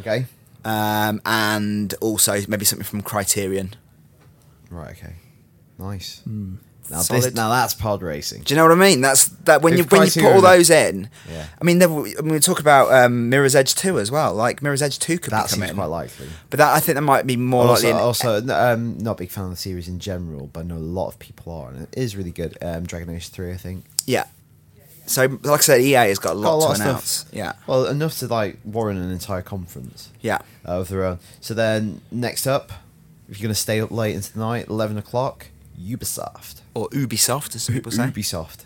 Speaker 3: Okay.
Speaker 1: um, and also maybe something from Criterion.
Speaker 3: Right. Okay. Nice. Now
Speaker 1: Hmm. Solid.
Speaker 3: this. Now that's pod racing.
Speaker 1: Do you know what I mean? That's that when
Speaker 3: If
Speaker 1: you when you put
Speaker 3: Criterion-
Speaker 1: all those in.
Speaker 3: Yeah.
Speaker 1: I mean, there, were- I mean, we talk about um, Mirror's Edge two as well. Like Mirror's Edge two could
Speaker 3: That
Speaker 1: be
Speaker 3: seems
Speaker 1: coming,
Speaker 3: quite likely.
Speaker 1: but that I think that might be more likely.
Speaker 3: Also,
Speaker 1: in-
Speaker 3: also n- um, not a big fan of the series in general, but I know a lot of people are, and it is really good. Um, Dragon Age Three, I think.
Speaker 1: yeah. So, like I said, EA has got a lot,
Speaker 3: Got a lot
Speaker 1: to
Speaker 3: of
Speaker 1: announce.
Speaker 3: stuff.
Speaker 1: Yeah,
Speaker 3: Well, enough to like warrant an entire conference.
Speaker 1: yeah.
Speaker 3: uh, of their own. So then next up, if you're going to stay up late into the night, eleven o'clock, Ubisoft.
Speaker 1: Or Ubisoft, as some people say.
Speaker 3: Ubisoft.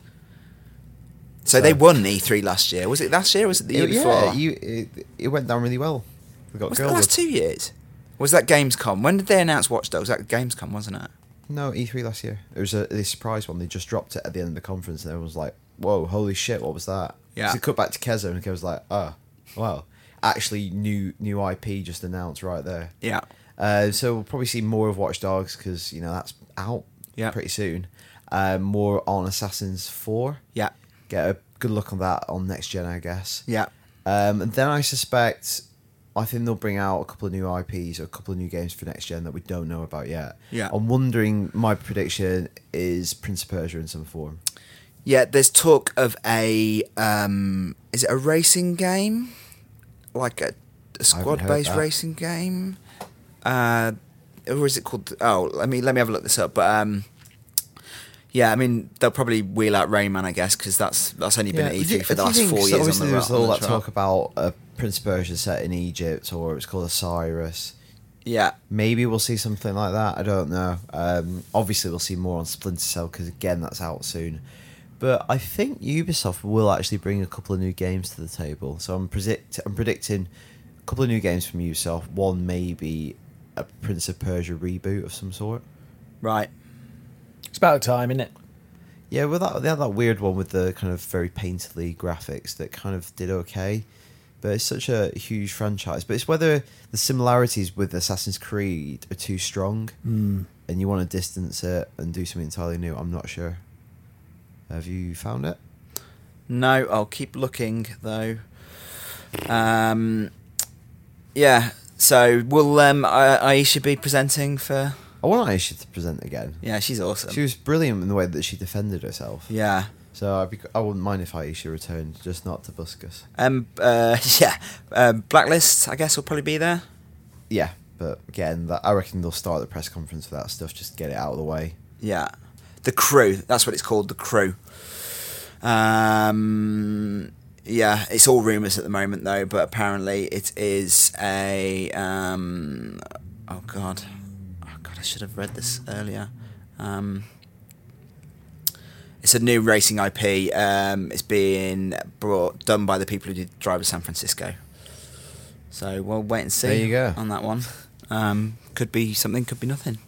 Speaker 1: so they
Speaker 3: so-
Speaker 1: won E three last year. Was it last year? or Was it the year
Speaker 3: It-
Speaker 1: before?
Speaker 3: Yeah, you, it, it went down really well. We got
Speaker 1: Was it the last
Speaker 3: Girlwood.
Speaker 1: two years? Was that Gamescom? When did they announce Watch Dogs? That was Gamescom, wasn't it?
Speaker 3: No, E3 last year. It was a, a surprise one. They just dropped it at the end of the conference, and everyone was like, "Whoa, holy shit, what was that?"
Speaker 1: Yeah.
Speaker 3: So they cut back to Kezo, and Kezo was like, "Oh, wow, actually, new new IP just announced right there."
Speaker 1: Yeah.
Speaker 3: Uh, so we'll probably see more of Watch Dogs because you know that's out
Speaker 1: Yeah.
Speaker 3: pretty soon. Uh, more on Assassins Four.
Speaker 1: Yeah.
Speaker 3: Get a good look on that on next gen, I guess.
Speaker 1: Yeah.
Speaker 3: Um, and then I suspect, I think they'll bring out a couple of new IPs or a couple of new games for next gen that we don't know about yet.
Speaker 1: Yeah.
Speaker 3: I'm wondering. My prediction is Prince of Persia in some form.
Speaker 1: Yeah, there's talk of a um is it a racing game? Like a, a
Speaker 3: I haven't heard
Speaker 1: squad based
Speaker 3: that.
Speaker 1: racing game? Uh or is it called oh, let me let me have a look this up. But um yeah, I mean they'll probably wheel out Rayman, I guess, because that's that's only been at E3 for the last four years. on the,
Speaker 3: Obviously, there was
Speaker 1: ro- on
Speaker 3: all
Speaker 1: the
Speaker 3: that
Speaker 1: trial.
Speaker 3: talk about a Prince of Persia set in Egypt, or it's called Osiris.
Speaker 1: Yeah,
Speaker 3: Maybe we'll see something like that. I don't know. Um, obviously, we'll see more on Splinter Cell because again, that's out soon. But I think Ubisoft will actually bring a couple of new games to the table. So I'm predict I'm predicting a couple of new games from Ubisoft. One maybe a Prince of Persia reboot of some sort.
Speaker 1: right.
Speaker 2: It's about time, isn't it?
Speaker 3: Yeah, well, that, they had that weird one with the kind of very painterly graphics that kind of did okay, but it's such a huge franchise. But it's whether the similarities with Assassin's Creed are too strong, and you want to distance it and do something entirely new. I'm not sure. Have you found it?
Speaker 1: No, I'll keep looking though. Um, yeah. So will um, I- Aisha be presenting for?
Speaker 3: I want Aisha to present again.
Speaker 1: Yeah, she's awesome.
Speaker 3: She was brilliant in the way that she defended herself.
Speaker 1: yeah.
Speaker 3: So I'd be, I wouldn't mind if Aisha returned, just not to Buscus.
Speaker 1: Um. Uh, yeah. Um, Blacklist, I guess, will probably be there.
Speaker 3: Yeah, but again, that, I reckon they'll start the press conference with that stuff. Just get it out of the way.
Speaker 1: Yeah. The crew. That's what it's called. The crew. Um. Yeah, it's all rumours at the moment though, but apparently it is a. Um, oh God. Oh God, I should have read this earlier. Um, it's a new racing IP. Um, it's being brought done by the people who did Driver San Francisco. So we'll wait and see.
Speaker 3: There you go.
Speaker 1: on that one. Um, could be something, could be nothing.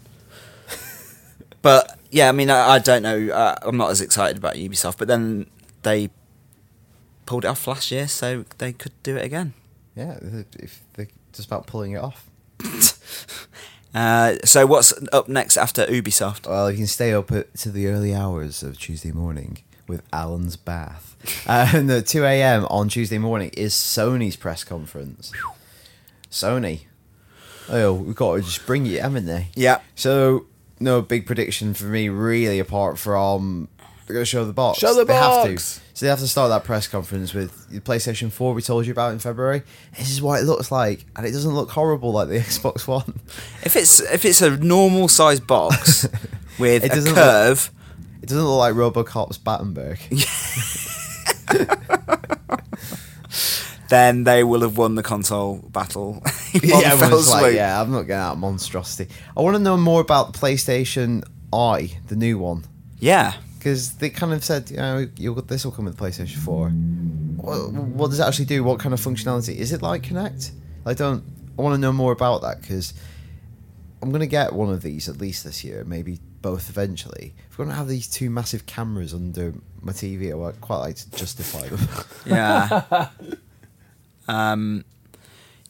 Speaker 1: but yeah, I mean, I, I don't know. Uh, I'm not as excited about Ubisoft, but then they pulled it off last year, so they could do it again.
Speaker 3: Yeah, if they're just about pulling it off.
Speaker 1: Uh, so what's up next after Ubisoft?
Speaker 3: Well, you can stay up at, to the early hours of Tuesday morning with Alan's bath. Uh, and at 2 a.m. on Tuesday morning is Sony's press conference. Sony. Oh, we've got to just bring it, haven't they?
Speaker 1: Yeah.
Speaker 3: So, no big prediction for me, really, apart from they're going to show the box.
Speaker 2: Show the
Speaker 3: they Have
Speaker 2: box!
Speaker 3: to. So, they have to start that press conference with the PlayStation 4 we told you about in February. This is what it looks like. And it doesn't look horrible like the Xbox One.
Speaker 1: If it's if it's a normal size box with
Speaker 3: It
Speaker 1: a
Speaker 3: doesn't look-
Speaker 1: curve,
Speaker 3: It doesn't look like Robocop's Battenberg.
Speaker 1: then they will have won the console battle. in one
Speaker 3: yeah,
Speaker 1: fell
Speaker 3: everyone's like,
Speaker 1: swoop.
Speaker 3: yeah, I'm not getting that monstrosity. I want to know more about the PlayStation I, the new one,
Speaker 1: yeah.
Speaker 3: because they kind of said, you know, you this will come with PlayStation Four. what, what does it actually do? What kind of functionality is it like Connect? I don't. I want to know more about that because I'm gonna get one of these at least this year, maybe both eventually. If we're gonna have these two massive cameras under my TV, I would quite like to justify them.
Speaker 1: Yeah. um,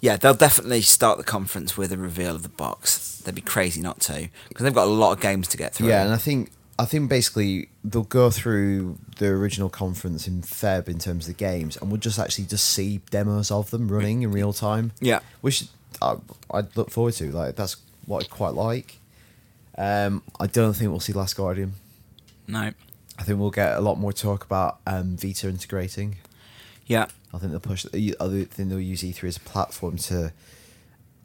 Speaker 1: yeah, they'll definitely start the conference with a reveal of the box. They'd be crazy not to because they've got a lot of games to get through.
Speaker 3: Yeah, and I think I think basically they'll go through the original conference in Feb in terms of the games, and we'll just actually just see demos of them running in real time.
Speaker 1: Yeah.
Speaker 3: which I, I'd look forward to. Like that's what I quite like. Um, I don't think we'll see Last Guardian.
Speaker 1: No.
Speaker 3: I think we'll get a lot more talk about um, Vita integrating.
Speaker 1: Yeah.
Speaker 3: I think they'll push. I think they'll use E3 as a platform to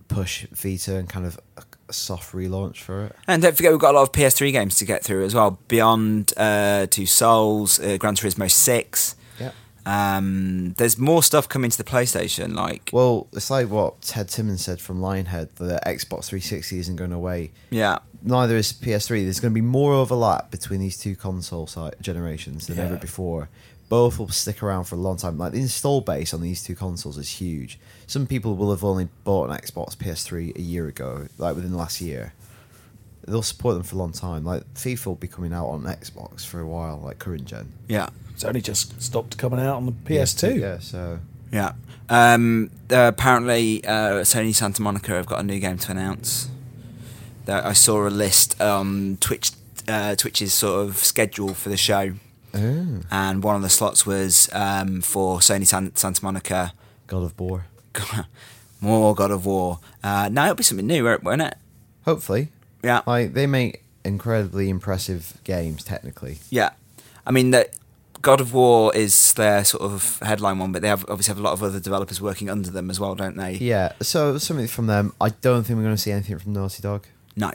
Speaker 3: push Vita and kind of a soft relaunch for it.
Speaker 1: And don't forget, we've got a lot of PS3 games to get through as well. Beyond uh, Two Souls, uh, Gran Turismo 6.
Speaker 3: Yeah.
Speaker 1: Um, there's more stuff coming to the PlayStation. Like,
Speaker 3: Well, it's like what Ted Timmons said from Lionhead that Xbox 360 isn't going away.
Speaker 1: yeah,
Speaker 3: Neither is PS3. There's going to be more overlap between these two console si- generations than ever
Speaker 2: Yeah.
Speaker 3: before. Both will stick around for a long time. Like the install base on these two consoles is huge. Some people will have only bought an Xbox PS3 a year ago, like within the last year. They'll support them for a long time. Like FIFA will be coming out on Xbox for a while, like current gen.
Speaker 1: yeah,
Speaker 2: It's only just stopped coming out on the PS2.
Speaker 3: Yeah, so
Speaker 1: yeah. Um, uh, apparently, uh, Sony Santa Monica have got a new game to announce. That I saw a list um, Twitch uh, Twitch's sort of schedule for the show,
Speaker 3: Oh.
Speaker 1: and one of the slots was um, for Sony San- Santa Monica.
Speaker 3: God of War.
Speaker 1: More God of War. Uh, no, it'll be something new, won't won't it?
Speaker 3: Hopefully,
Speaker 1: Yeah.
Speaker 3: Like they make incredibly impressive games technically.
Speaker 1: Yeah, I mean that God of War is their sort of headline one, but they have obviously have a lot of other developers working under them as well, don't they?
Speaker 3: Yeah, so something from them. I don't think we're going to see anything from Naughty Dog.
Speaker 1: No.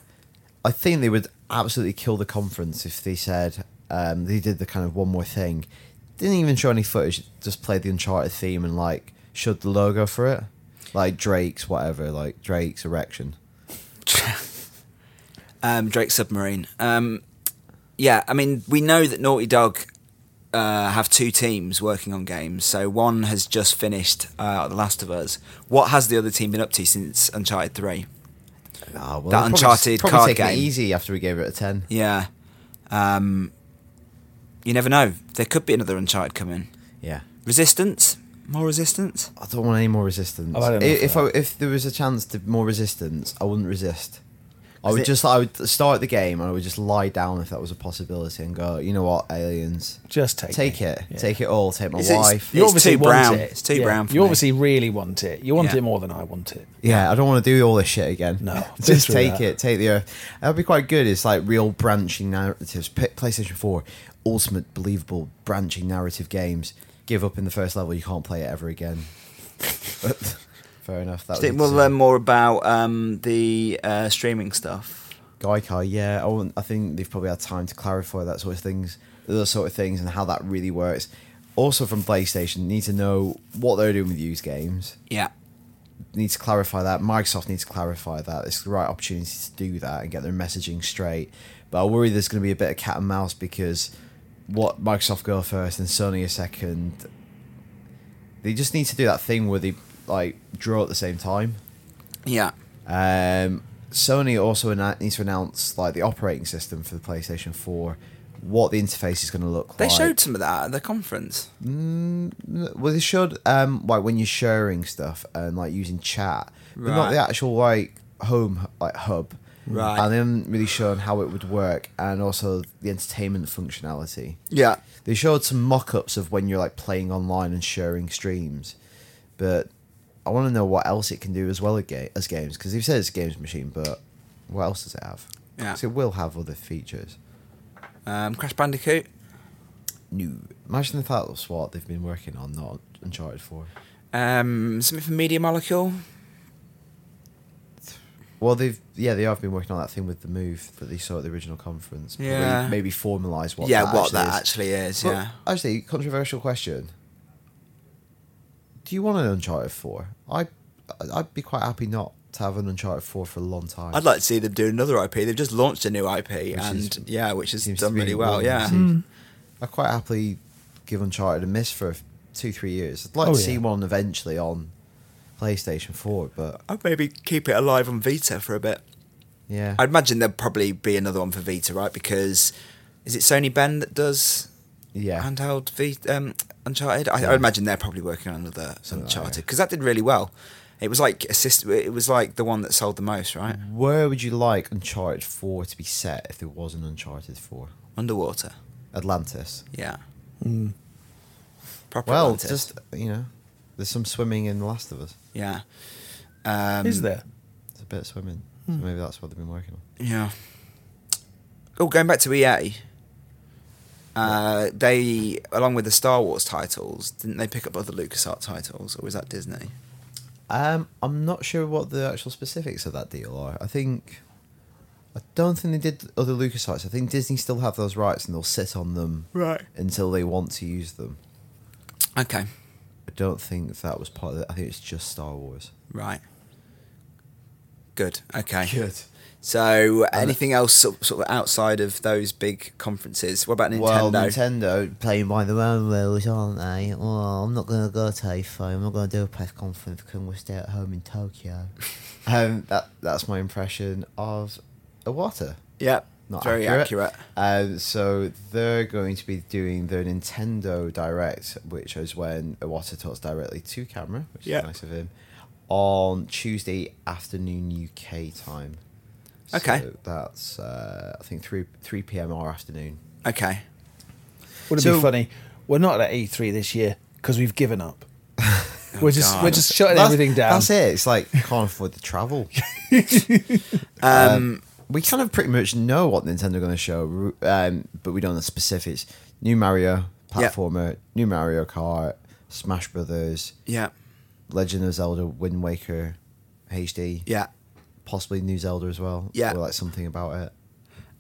Speaker 3: I think they would absolutely kill the conference if they said um, they did the kind of one more thing. Didn't even show any footage. Just played the Uncharted theme and like showed the logo for it, like Drake's whatever, like Drake's erection.
Speaker 1: um, Drake Submarine. Um, yeah, I mean we know that Naughty Dog uh, have two teams working on games. So one has just finished uh, The Last of Us. What has the other team been up to since Uncharted Three?
Speaker 3: Ah, well,
Speaker 1: That
Speaker 3: they're
Speaker 1: Uncharted
Speaker 3: probably, probably
Speaker 1: card
Speaker 3: taking
Speaker 1: game.
Speaker 3: it easy after we gave it a ten.
Speaker 1: Yeah. Um, you never know. There could be another Uncharted coming.
Speaker 3: Yeah.
Speaker 1: Resistance. More resistance.
Speaker 3: I don't want any more resistance.
Speaker 2: I've had enough
Speaker 3: I- if
Speaker 2: of
Speaker 3: I, if there was a chance to more resistance, I wouldn't resist. I
Speaker 1: Is
Speaker 3: would
Speaker 1: it-
Speaker 3: just I would start the game and I would just lie down if that was a possibility and go, you know what, aliens,
Speaker 2: Just take
Speaker 3: take
Speaker 2: me.
Speaker 3: it,
Speaker 2: Yeah.
Speaker 3: take it all, take my
Speaker 1: It's- it's-
Speaker 3: wife.
Speaker 1: you- too
Speaker 2: want
Speaker 1: brown. It's too brown for
Speaker 2: you
Speaker 1: me.
Speaker 2: obviously really want it. You want
Speaker 1: Yeah.
Speaker 2: it more than I want it.
Speaker 3: yeah, I don't want to do all this shit again.
Speaker 2: No, I've been
Speaker 3: just
Speaker 2: through
Speaker 3: take
Speaker 2: that.
Speaker 3: it, take the earth. That'd be quite good. It's like real branching narratives. P- PlayStation Four, ultimate believable branching narrative games. Give up in the first level, you can't play it ever again. Fair enough.
Speaker 1: I
Speaker 3: That was
Speaker 1: think we'll
Speaker 3: a-
Speaker 1: learn more about um, the uh, streaming stuff.
Speaker 3: Gaikai, yeah, I, wouldn't- I think they've probably had time to clarify that sort of things, those sort of things, and how that really works. Also, from PlayStation, need to know what they're doing with used games.
Speaker 1: Yeah,
Speaker 3: Need to clarify that. Microsoft needs to clarify that. It's the right opportunity to do that and get their messaging straight. But I worry there's going to be a bit of cat and mouse because what Microsoft go first and Sony a second. They just need to do that thing where they like draw at the same time.
Speaker 1: yeah,
Speaker 3: Um, Sony also annou- needs to announce like the operating system for the PlayStation 4, what the interface is going to look
Speaker 1: they
Speaker 3: like.
Speaker 1: showed some of that at the conference.
Speaker 3: well, they showed um, like when you're sharing stuff and like using chat, but not
Speaker 1: Right.
Speaker 3: the actual like home like hub.
Speaker 1: Right.
Speaker 3: And they haven't really shown how it would work, and also the entertainment functionality.
Speaker 1: Yeah,
Speaker 3: They showed some mock-ups of when you're like playing online and sharing streams, but I want to know what else it can do as well as, ga- as games because they've said it's a games machine, but what else does it have?
Speaker 1: Yeah.
Speaker 3: 'Cause it will have other features.
Speaker 1: um, Crash Bandicoot.
Speaker 3: No, imagine if that was what they've been working on, not Uncharted Four.
Speaker 1: Um, something for Media Molecule.
Speaker 3: Well, they've yeah they have been working on that thing with the move that they saw at the original conference. Probably
Speaker 1: Yeah.
Speaker 3: maybe formalize what
Speaker 1: yeah,
Speaker 3: that
Speaker 1: what
Speaker 3: actually
Speaker 1: that
Speaker 3: is.
Speaker 1: actually is.
Speaker 3: But
Speaker 1: yeah,
Speaker 3: actually, controversial question. Do you want an Uncharted Four? I, I'd be quite happy not to have an Uncharted Four for a long time.
Speaker 1: I'd like to see them do another IP. They've just launched a new IP, and
Speaker 3: is-
Speaker 1: yeah, which has
Speaker 3: seems to
Speaker 1: done
Speaker 3: be
Speaker 2: Mm.
Speaker 1: really well.
Speaker 3: one
Speaker 1: Yeah,
Speaker 3: that seems- I'd quite happily give Uncharted a miss for two, three years. I'd like
Speaker 2: Oh,
Speaker 3: to
Speaker 2: yeah.
Speaker 3: see one eventually on PlayStation 4, but
Speaker 1: I'd maybe keep it alive on Vita for a bit.
Speaker 3: yeah.
Speaker 1: I'd imagine there'd probably be another one for Vita, right? Because is it Sony Ben that does
Speaker 3: yeah.
Speaker 1: handheld Vita, um, Uncharted? I,
Speaker 3: Yeah.
Speaker 1: I'd imagine they're probably working on another
Speaker 3: Something like
Speaker 1: Uncharted
Speaker 3: that.
Speaker 1: because that did really well. It was like assist. It was like the one that sold the most, right?
Speaker 3: Where would you like Uncharted 4 to be set if there was an Uncharted 4?
Speaker 1: Underwater.
Speaker 3: Atlantis.
Speaker 1: Yeah.
Speaker 3: Mm.
Speaker 1: Proper
Speaker 3: Well,
Speaker 1: Atlantis.
Speaker 3: just, you know, there's some swimming in The Last of Us.
Speaker 1: yeah. Um,
Speaker 2: Is there?
Speaker 3: There's a bit of swimming. So maybe that's what they've been working on.
Speaker 1: Yeah. Oh, going back to EA. Uh, they, along with the Star Wars titles, didn't they pick up other LucasArts titles, or was that Disney?
Speaker 3: Um, I'm not sure what the actual specifics of that deal are. I think I don't think they did other LucasArts. I think Disney still have those rights and they'll sit on them
Speaker 1: Right.
Speaker 3: until they want to use them.
Speaker 1: Okay.
Speaker 3: I don't think that was part of it. I think it's just Star Wars.
Speaker 1: Right. Good. Okay.
Speaker 3: Good.
Speaker 1: So, anything else sort sort of outside of those big conferences? What about Nintendo?
Speaker 3: Well, Nintendo playing by their own rules, aren't they? Well, I'm not going to go to IFA. I'm not going to do a press conference because we'll stay at home in Tokyo. um, that that's my impression of Iwata.
Speaker 1: yeah.
Speaker 3: not
Speaker 1: very
Speaker 3: accurate.
Speaker 1: accurate.
Speaker 3: Um, so they're going to be doing their Nintendo Direct, which is when Iwata talks directly to camera, which
Speaker 1: Yeah.
Speaker 3: is nice of him, on Tuesday afternoon UK time.
Speaker 1: Okay.
Speaker 3: So that's uh, I think three three p.m. our afternoon.
Speaker 1: Okay.
Speaker 2: Would it
Speaker 3: So-
Speaker 2: be funny? We're not at E3 this year because we've given up. we're just
Speaker 1: God.
Speaker 2: we're just shutting everything down.
Speaker 3: That's it. It's like can't afford the travel.
Speaker 1: Um,
Speaker 3: we kind of pretty much know what Nintendo are going to show, um, but we don't know the specifics. New Mario
Speaker 1: Yeah.
Speaker 3: platformer, new Mario Kart, Smash Brothers.
Speaker 1: yeah.
Speaker 3: Legend of Zelda Wind Waker HD.
Speaker 1: Yeah.
Speaker 3: Possibly new Zelda as well.
Speaker 1: Yeah.
Speaker 3: Or like something about it.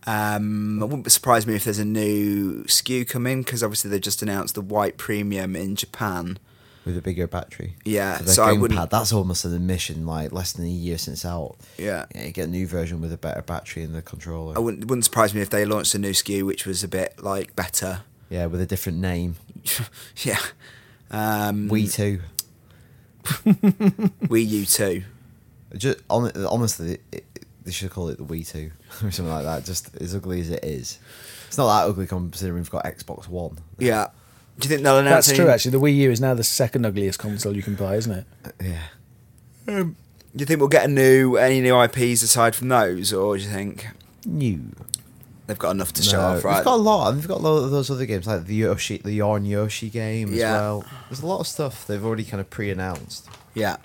Speaker 1: Um, it wouldn't surprise me if there's a new SKU coming because obviously they've just announced the white premium in Japan.
Speaker 3: With a bigger battery.
Speaker 1: Yeah,
Speaker 3: their
Speaker 1: so I
Speaker 3: gamepad,
Speaker 1: wouldn't-
Speaker 3: that's almost an admission, like less than a year since out.
Speaker 1: Yeah.
Speaker 3: you get a new version with a better battery and the controller.
Speaker 1: I wouldn't it wouldn't surprise me if they launched a new SKU which was a bit like better.
Speaker 3: Yeah, with a different name.
Speaker 1: yeah. Um,
Speaker 3: Wii too.
Speaker 1: Wii U too.
Speaker 3: Just on, honestly, it, it- they should call it the Wii two or something like that. Just as ugly as it is. It's not that ugly considering we've got Xbox One.
Speaker 1: Yeah. Do you think they'll announce?
Speaker 2: That's
Speaker 1: any-
Speaker 2: true. Actually, the Wii U is now the second ugliest console you can buy, isn't it?
Speaker 1: Uh,
Speaker 3: Yeah.
Speaker 1: Do you think we'll get a new any new IPs aside from those, or do you think
Speaker 3: New.
Speaker 1: they've got enough to
Speaker 3: No,
Speaker 1: show off? Right.
Speaker 3: We've got a lot, and we've got a lot of those other games like the Yoshi, the Yarn Yoshi game as
Speaker 1: Yeah.
Speaker 3: well. There's a lot of stuff they've already kind of pre-announced.
Speaker 1: yeah.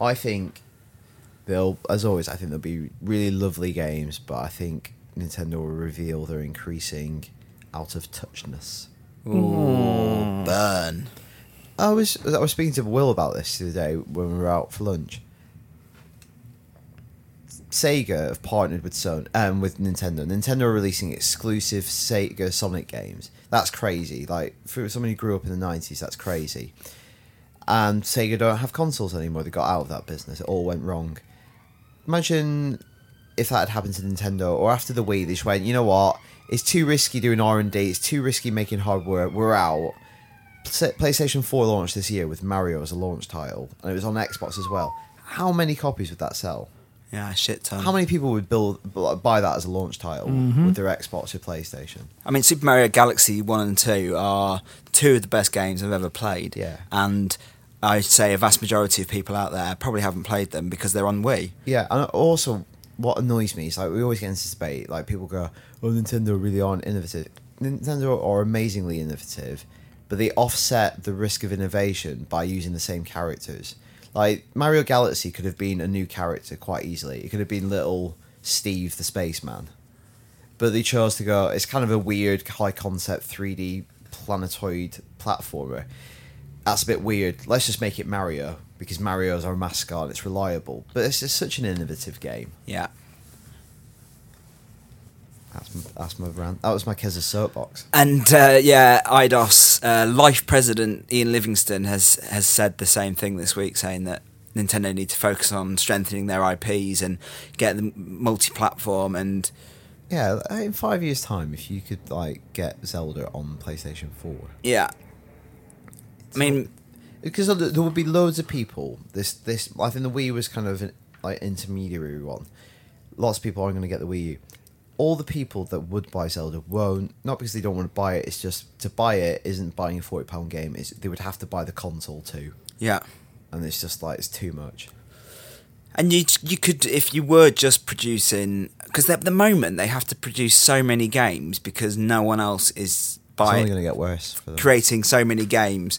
Speaker 3: I think they'll, as always, I think they'll be really lovely games, but I think Nintendo will reveal their increasing out of touchness. Hmm.
Speaker 1: Ooh, burn.
Speaker 3: I was I was speaking to Will about this today when we were out for lunch. Sega have partnered with Son um, with Nintendo. Nintendo are releasing exclusive Sega Sonic games. That's crazy. Like for someone who grew up in the nineties, that's crazy. And Sega don't have consoles anymore. They got out of that business. It all went wrong. Imagine if that had happened to Nintendo or after the Wii, they just went, you know what? It's too risky doing R and D. It's too risky making hardware. We're out. Pla- PlayStation 4 launched this year with Mario as a launch title, and it was on Xbox as well. How many copies would that sell?
Speaker 1: Yeah, shit ton.
Speaker 3: How many people would build bu- buy that as a launch title with their Xbox or PlayStation?
Speaker 1: I mean, Super Mario Galaxy 1 and 2 are two of the best games I've ever played.
Speaker 3: Yeah.
Speaker 1: And I'd say a vast majority of people out there probably haven't played them because they're on Wii.
Speaker 3: Yeah, and also what annoys me is like we always get into this debate. Like people go, "Oh, Nintendo really aren't innovative." Nintendo are amazingly innovative, but they offset the risk of innovation by using the same characters. Like Mario Galaxy could have been a new character quite easily. It could have been little Steve the spaceman, but they chose to go. It's kind of a weird, high concept, three D planetoid platformer that's a bit weird. Let's just make it Mario because Mario's our mascot. and It's reliable, but it's just such an innovative game.
Speaker 1: Yeah.
Speaker 3: That's m- that's my rant. That was my Keza soapbox.
Speaker 1: And uh, yeah, IDOS uh, life president Ian Livingston has has said the same thing this week, saying that Nintendo need to focus on strengthening their IPs and get them multi-platform. And
Speaker 3: Yeah, uh, in five years' time, if you could like get Zelda on PlayStation Four,
Speaker 1: yeah, I mean,
Speaker 3: because there- there would be loads of people. This this I think the Wii was kind of an like intermediary one. Lots of people aren't going to get the Wii U. All the people that would buy Zelda won't, not because they don't want to buy it. It's just to buy it isn't buying a forty pound game. It's they would have to buy the console too,
Speaker 1: yeah.
Speaker 3: and it's just like it's too much.
Speaker 1: And you you could if you were just producing because at the moment they have to produce so many games because no one else is
Speaker 3: It's only
Speaker 1: buying
Speaker 3: going to get worse. For them.
Speaker 1: creating so many games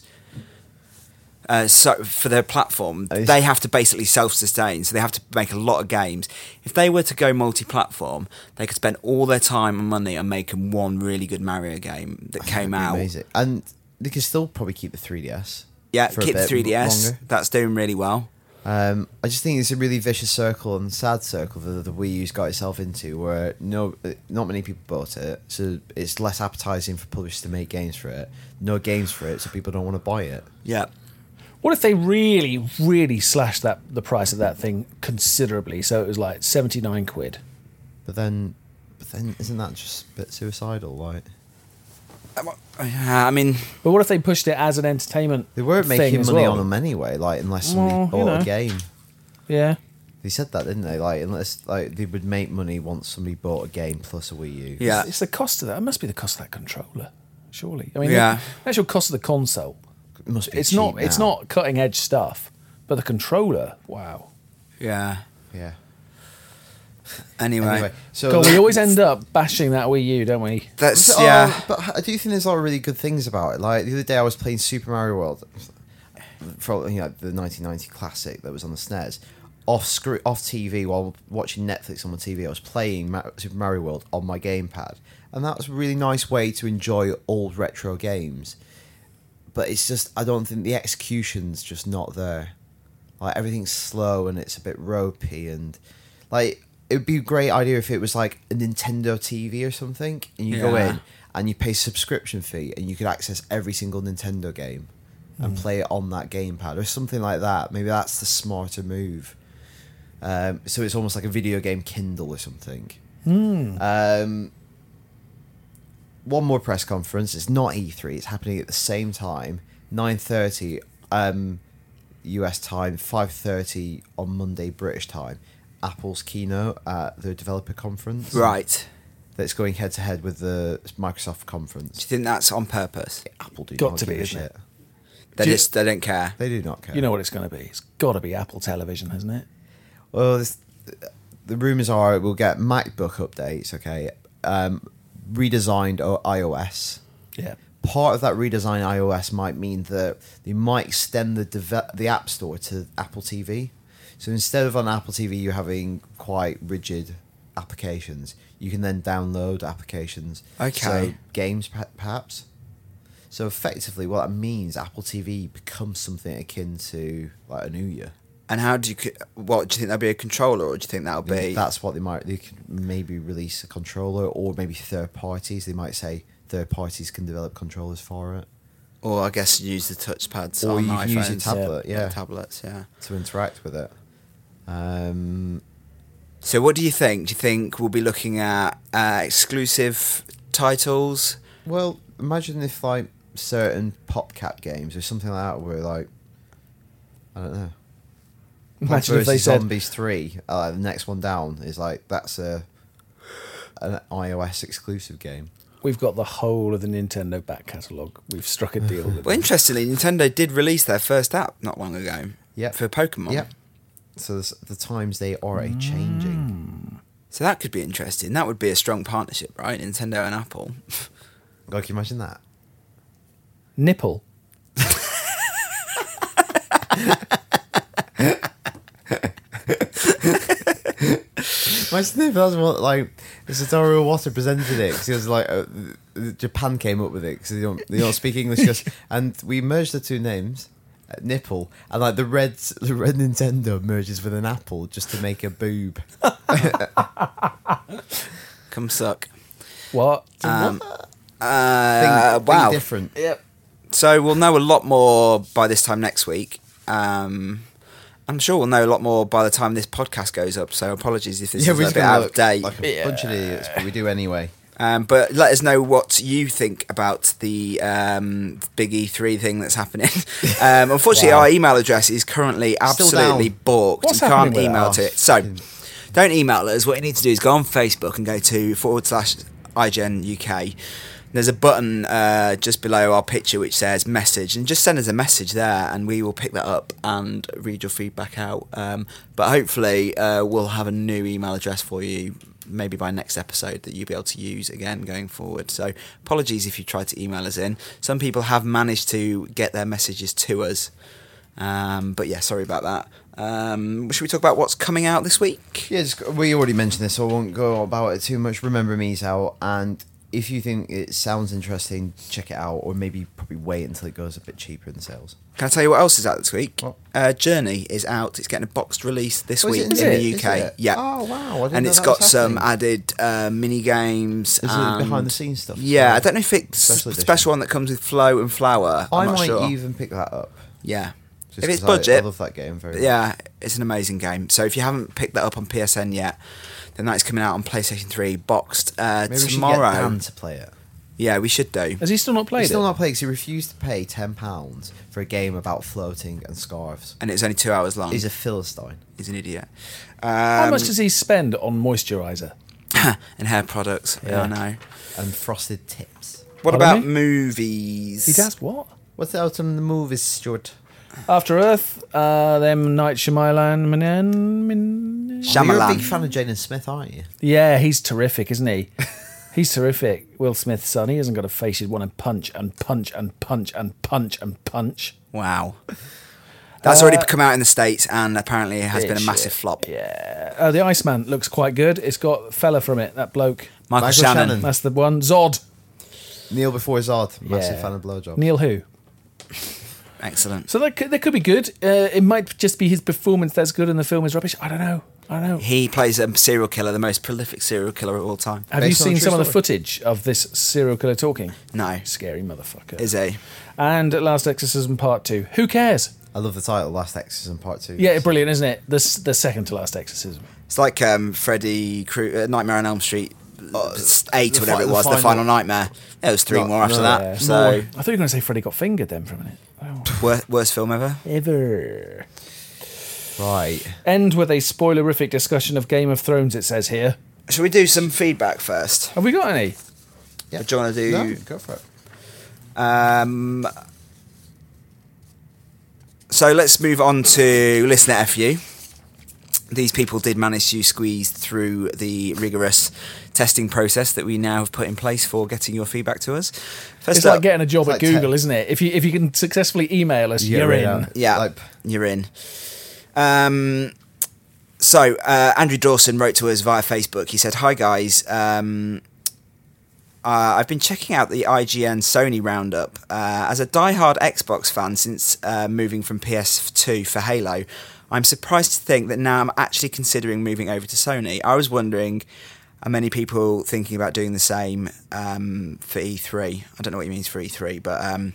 Speaker 1: uh, so for their platform
Speaker 3: I see.
Speaker 1: they have to basically self-sustain so they have to make a lot of games if they were to go multi-platform they could spend all their time and money on making one really good mario game that came
Speaker 3: It'd be
Speaker 1: out
Speaker 3: amazing, and they could still probably keep the three DS.
Speaker 1: yeah
Speaker 3: for a
Speaker 1: keep the
Speaker 3: bit
Speaker 1: 3ds
Speaker 3: longer.
Speaker 1: that's doing really well
Speaker 3: Um, I just think it's a really vicious circle and sad circle that the Wii U's got itself into, where no, not many people bought it, so it's less appetizing for publishers to make games for it. No games for it, so people don't want to buy it.
Speaker 1: yeah
Speaker 2: What if they really, really slashed that the price of that thing considerably? So it was like seventy nine quid.
Speaker 3: But then, but then isn't that just a bit suicidal? Like
Speaker 1: Uh, i mean
Speaker 2: But what if they pushed it as an entertainment?
Speaker 3: they weren't
Speaker 2: thing
Speaker 3: making
Speaker 2: as
Speaker 3: money
Speaker 2: well?
Speaker 3: on them anyway. Like unless somebody
Speaker 2: Well, you
Speaker 3: bought
Speaker 2: know.
Speaker 3: a game,
Speaker 2: Yeah,
Speaker 3: they said that, didn't they? Like unless like they would make money once somebody bought a game plus a Wii U.
Speaker 1: yeah
Speaker 2: it's the cost of that. It must be the cost of that controller, surely. I mean,
Speaker 1: Yeah.
Speaker 2: the actual cost of the console.
Speaker 3: It must be
Speaker 2: It's
Speaker 3: cheap
Speaker 2: not. It's
Speaker 3: now.
Speaker 2: not cutting edge stuff, but the controller. Wow.
Speaker 1: yeah
Speaker 3: Yeah.
Speaker 1: anyway,
Speaker 3: Anyway, so
Speaker 2: God, we always end up bashing that Wii U, don't we?
Speaker 1: that's
Speaker 3: There's- oh,
Speaker 1: yeah
Speaker 2: uh,
Speaker 3: but I do think there's a lot of really good things about it. Like the other day, I was playing Super Mario World, from you know, the 1990 classic that was on the SNES, off scre- off TV while watching Netflix on my TV. I was playing Ma- Super Mario World on my gamepad, and that was a really nice way to enjoy old retro games. But it's just I don't think the execution's just not there. Like everything's slow and it's a bit ropey and like it would be a great idea if it was like a Nintendo TV or something, and you go
Speaker 1: Yeah.
Speaker 3: in and you pay subscription fee and you could access every single Nintendo game and play it on that gamepad or something like that. Maybe that's the smarter move. Um, so it's almost like a video game Kindle or something. Um, one more press conference. It's not E3. It's happening at the same time, nine thirty um, US time, five thirty on Monday British time. Apple's keynote at the developer conference.
Speaker 1: right
Speaker 3: That's going head to head with the
Speaker 1: do
Speaker 3: Microsoft
Speaker 1: you
Speaker 3: conference.
Speaker 1: think that's on purpose
Speaker 3: Apple do
Speaker 2: Got
Speaker 3: not
Speaker 2: to
Speaker 3: give
Speaker 2: be,
Speaker 3: a
Speaker 2: isn't
Speaker 3: shit.
Speaker 2: it?
Speaker 1: they
Speaker 2: Do you-
Speaker 1: just they don't care
Speaker 3: They do not care.
Speaker 2: You know what it's going to be. It's got to be Apple Television, hasn't it?
Speaker 3: Well, this, the rumors are we'll get MacBook updates. Okay, um, redesigned o- iOS.
Speaker 2: Yeah.
Speaker 3: part of that redesign iOS might mean that they might extend the deve- the App Store to Apple TV. So instead of on Apple TV you having quite rigid applications, you can then download applications. So
Speaker 1: Okay.
Speaker 3: games pe- perhaps. So effectively, what that means, Apple TV becomes something akin to like an Ouya.
Speaker 1: And how do you? c- What do you think that'll be a controller, or do you think that'll
Speaker 3: I mean,
Speaker 1: be?
Speaker 3: That's what they might. They could maybe release a controller, or maybe third parties. They might say third parties can develop controllers for it
Speaker 1: Or I guess you use the touchpads.
Speaker 3: Or
Speaker 1: on
Speaker 3: you can use your
Speaker 1: iPhones.
Speaker 3: tablet, yeah.
Speaker 1: tablets. Yeah.
Speaker 3: to interact with it. Um,
Speaker 1: So what do you think? Do you think we'll be looking at uh, exclusive titles?
Speaker 3: Well, imagine if like certain PopCap games or something like that were like, I don't know.
Speaker 2: Imagine if they
Speaker 3: versus
Speaker 2: said
Speaker 3: Zombies Three, uh, the next one down is like that's a an iOS exclusive game.
Speaker 2: we've got the whole of the Nintendo back catalogue. We've struck a deal. With
Speaker 1: Well,
Speaker 2: them.
Speaker 1: interestingly, Nintendo did release their first app not long ago.
Speaker 3: Yep.
Speaker 1: For Pokemon.
Speaker 3: Yep. So there's- the times they are a
Speaker 2: Mm.
Speaker 3: changing.
Speaker 1: So that could be interesting. That would be a strong partnership, right? Nintendo and Apple.
Speaker 3: God, can you imagine that?
Speaker 2: Nipple.
Speaker 3: Imagine if that was what like Satoru Iwata presented it because he was like uh, th- th- Japan came up with it because they don't they don't speak English. He goes, and we merged the two names, uh, nipple, and like the red the red Nintendo merges with an apple just to make a boob.
Speaker 1: Come suck.
Speaker 2: What?
Speaker 1: Um, uh,
Speaker 3: Thing- thing
Speaker 1: wow.
Speaker 3: different.
Speaker 2: yep.
Speaker 1: So we'll know a lot more by this time next week. Um, I'm sure we'll know a lot more by the time this podcast goes up. So apologies if this
Speaker 3: yeah,
Speaker 1: is
Speaker 3: we're
Speaker 1: a
Speaker 3: just
Speaker 1: bit
Speaker 3: gonna
Speaker 1: out of
Speaker 3: look
Speaker 1: date.
Speaker 3: like a bunch of idiots, but we do anyway.
Speaker 1: Um, but let us know what you think about the um, big E3 thing that's happening. Um, unfortunately,
Speaker 3: Wow.
Speaker 1: our email address is currently absolutely
Speaker 3: down.
Speaker 1: balked.
Speaker 2: What's
Speaker 1: you
Speaker 2: happening
Speaker 1: can't
Speaker 2: with
Speaker 1: email
Speaker 3: that?
Speaker 1: to it. So don't email us. What you need to do is go on Facebook and go to forward slash IGN UK. There's a button uh, just below our picture which says message, and just send us a message there, and we will pick that up and read your feedback out. Um, but hopefully, uh, we'll have a new email address for you maybe by next episode that you'll be able to use again going forward. So apologies if you tried to email us in. Some people have managed to get their messages to us. Um, but yeah, sorry about that. Um, should we talk about what's coming out this week?
Speaker 3: Yeah, just, we already mentioned this, so I won't go on about it too much. Remember me's out, and if you think it sounds interesting, check it out, or maybe probably wait until it goes a bit cheaper in sales.
Speaker 1: Can I tell you what else is out this week?
Speaker 3: What?
Speaker 1: Uh, Journey is out. It's getting a boxed release this
Speaker 3: Oh, is
Speaker 1: week
Speaker 3: it-
Speaker 1: in
Speaker 3: is
Speaker 2: it?
Speaker 1: the
Speaker 3: Is
Speaker 1: UK.
Speaker 3: it?
Speaker 1: Yeah.
Speaker 3: Oh, wow, I didn't
Speaker 1: and
Speaker 3: know
Speaker 1: it's
Speaker 3: that
Speaker 1: got
Speaker 3: was
Speaker 1: some
Speaker 3: happening.
Speaker 1: added uh, mini games.
Speaker 3: Is it behind the
Speaker 1: and-
Speaker 3: scenes stuff?
Speaker 1: Yeah, I don't know if it's
Speaker 3: Special
Speaker 1: special,
Speaker 3: edition.
Speaker 1: one that comes with flow and flower. I'm
Speaker 3: I
Speaker 1: not
Speaker 3: might
Speaker 1: sure.
Speaker 3: even pick that up.
Speaker 1: Yeah.
Speaker 3: just
Speaker 1: if it's
Speaker 3: 'cause I- I,
Speaker 1: budget,
Speaker 3: love that game very
Speaker 1: But yeah, it's an amazing game. So if you haven't picked that up on PSN yet, then that's coming out on PlayStation 3 boxed uh,
Speaker 3: much. Maybe we should get
Speaker 1: tomorrow.
Speaker 3: Dan to play it.
Speaker 1: yeah, we should do.
Speaker 2: Has he still not played
Speaker 3: He's still
Speaker 2: it?
Speaker 3: not playing because he refused to pay ten pounds for a game about floating and scarves.
Speaker 1: And it's only two hours long.
Speaker 3: He's a philistine.
Speaker 1: He's an idiot. Um,
Speaker 2: How much does he spend on moisturizer?
Speaker 1: and hair products. Yeah, I know.
Speaker 3: And frosted tips.
Speaker 1: What
Speaker 2: Pardon
Speaker 1: about
Speaker 2: me?
Speaker 1: movies?
Speaker 2: He does what?
Speaker 3: What's out on the movies, Stuart?
Speaker 2: After Earth, uh, them Night Shyamalan. Manan- Min-
Speaker 1: Shyamalan.
Speaker 3: You're a big fan of Jaden Smith, aren't you?
Speaker 2: Yeah, he's terrific, isn't he? He's terrific. Will Smith's son. He hasn't got a face you'd want to punch and punch and punch and punch and punch.
Speaker 1: Wow. Uh, That's already come out in the States and apparently it has been a
Speaker 2: Bitch,
Speaker 1: massive
Speaker 2: yeah.
Speaker 1: flop.
Speaker 2: Yeah. Uh, the Iceman looks quite good. It's got fella from it, that bloke.
Speaker 1: Michael,
Speaker 3: Michael
Speaker 1: Shannon.
Speaker 3: Shannon.
Speaker 2: That's the one. Zod.
Speaker 3: Neil before Zod, massive
Speaker 2: Yeah.
Speaker 3: fan of blowjobs.
Speaker 2: Neil who?
Speaker 1: Excellent.
Speaker 2: So that could, that could be good. Uh, it might just be his performance that's good and the film is rubbish. I don't know. I don't know.
Speaker 1: He plays a serial killer, the most prolific serial killer of all time.
Speaker 2: Have you
Speaker 3: Based on a
Speaker 2: seen
Speaker 3: true
Speaker 2: some of the
Speaker 3: story.
Speaker 2: footage of this serial killer talking?
Speaker 1: No.
Speaker 2: Scary motherfucker.
Speaker 1: Is he?
Speaker 2: and Last Exorcism Part 2. Who cares?
Speaker 3: I love the title, Last Exorcism Part 2.
Speaker 2: Yeah, brilliant, isn't it? The, s- the second to last exorcism.
Speaker 1: It's like um, Freddy Kru- uh, Nightmare on Elm Street uh, eight, or
Speaker 3: the
Speaker 1: whatever
Speaker 3: fi-
Speaker 1: it
Speaker 3: the
Speaker 1: was, the
Speaker 3: final-
Speaker 1: final, nightmare. There was three
Speaker 3: No,
Speaker 1: more after
Speaker 3: no,
Speaker 1: that.
Speaker 2: Uh,
Speaker 1: so
Speaker 2: I thought you were going to say Freddy got fingered then for a minute. Wow.
Speaker 1: wor- worst film ever.
Speaker 2: Ever.
Speaker 3: Right.
Speaker 2: End with a spoilerific discussion of Game of Thrones, it says here.
Speaker 1: Should we do some feedback first?
Speaker 2: Have we got any?
Speaker 3: Yeah.
Speaker 1: Do you wanna do-
Speaker 3: No, go for it.
Speaker 1: Um, so let's move on to listener FU. These people did manage to squeeze through the rigorous testing process that we now have put in place for getting your feedback to us. First
Speaker 2: It's
Speaker 1: up,
Speaker 2: like getting a job
Speaker 3: it's
Speaker 2: at
Speaker 3: like
Speaker 2: Google,
Speaker 3: tech.
Speaker 2: isn't it? If you if you can successfully email us,
Speaker 3: Yeah,
Speaker 2: you're
Speaker 3: right
Speaker 2: in.
Speaker 3: now.
Speaker 1: Yeah,
Speaker 3: Like-
Speaker 1: you're in. Um, so uh, Andrew Dawson wrote to us via Facebook. He said, "Hi guys." Um, uh, I've been checking out the IGN Sony roundup. Uh, as a diehard Xbox fan since uh, moving from PS2 for Halo, I'm surprised to think that now I'm actually considering moving over to Sony. I was wondering, are many people thinking about doing the same um, for E3? I don't know what he means for E3, but um,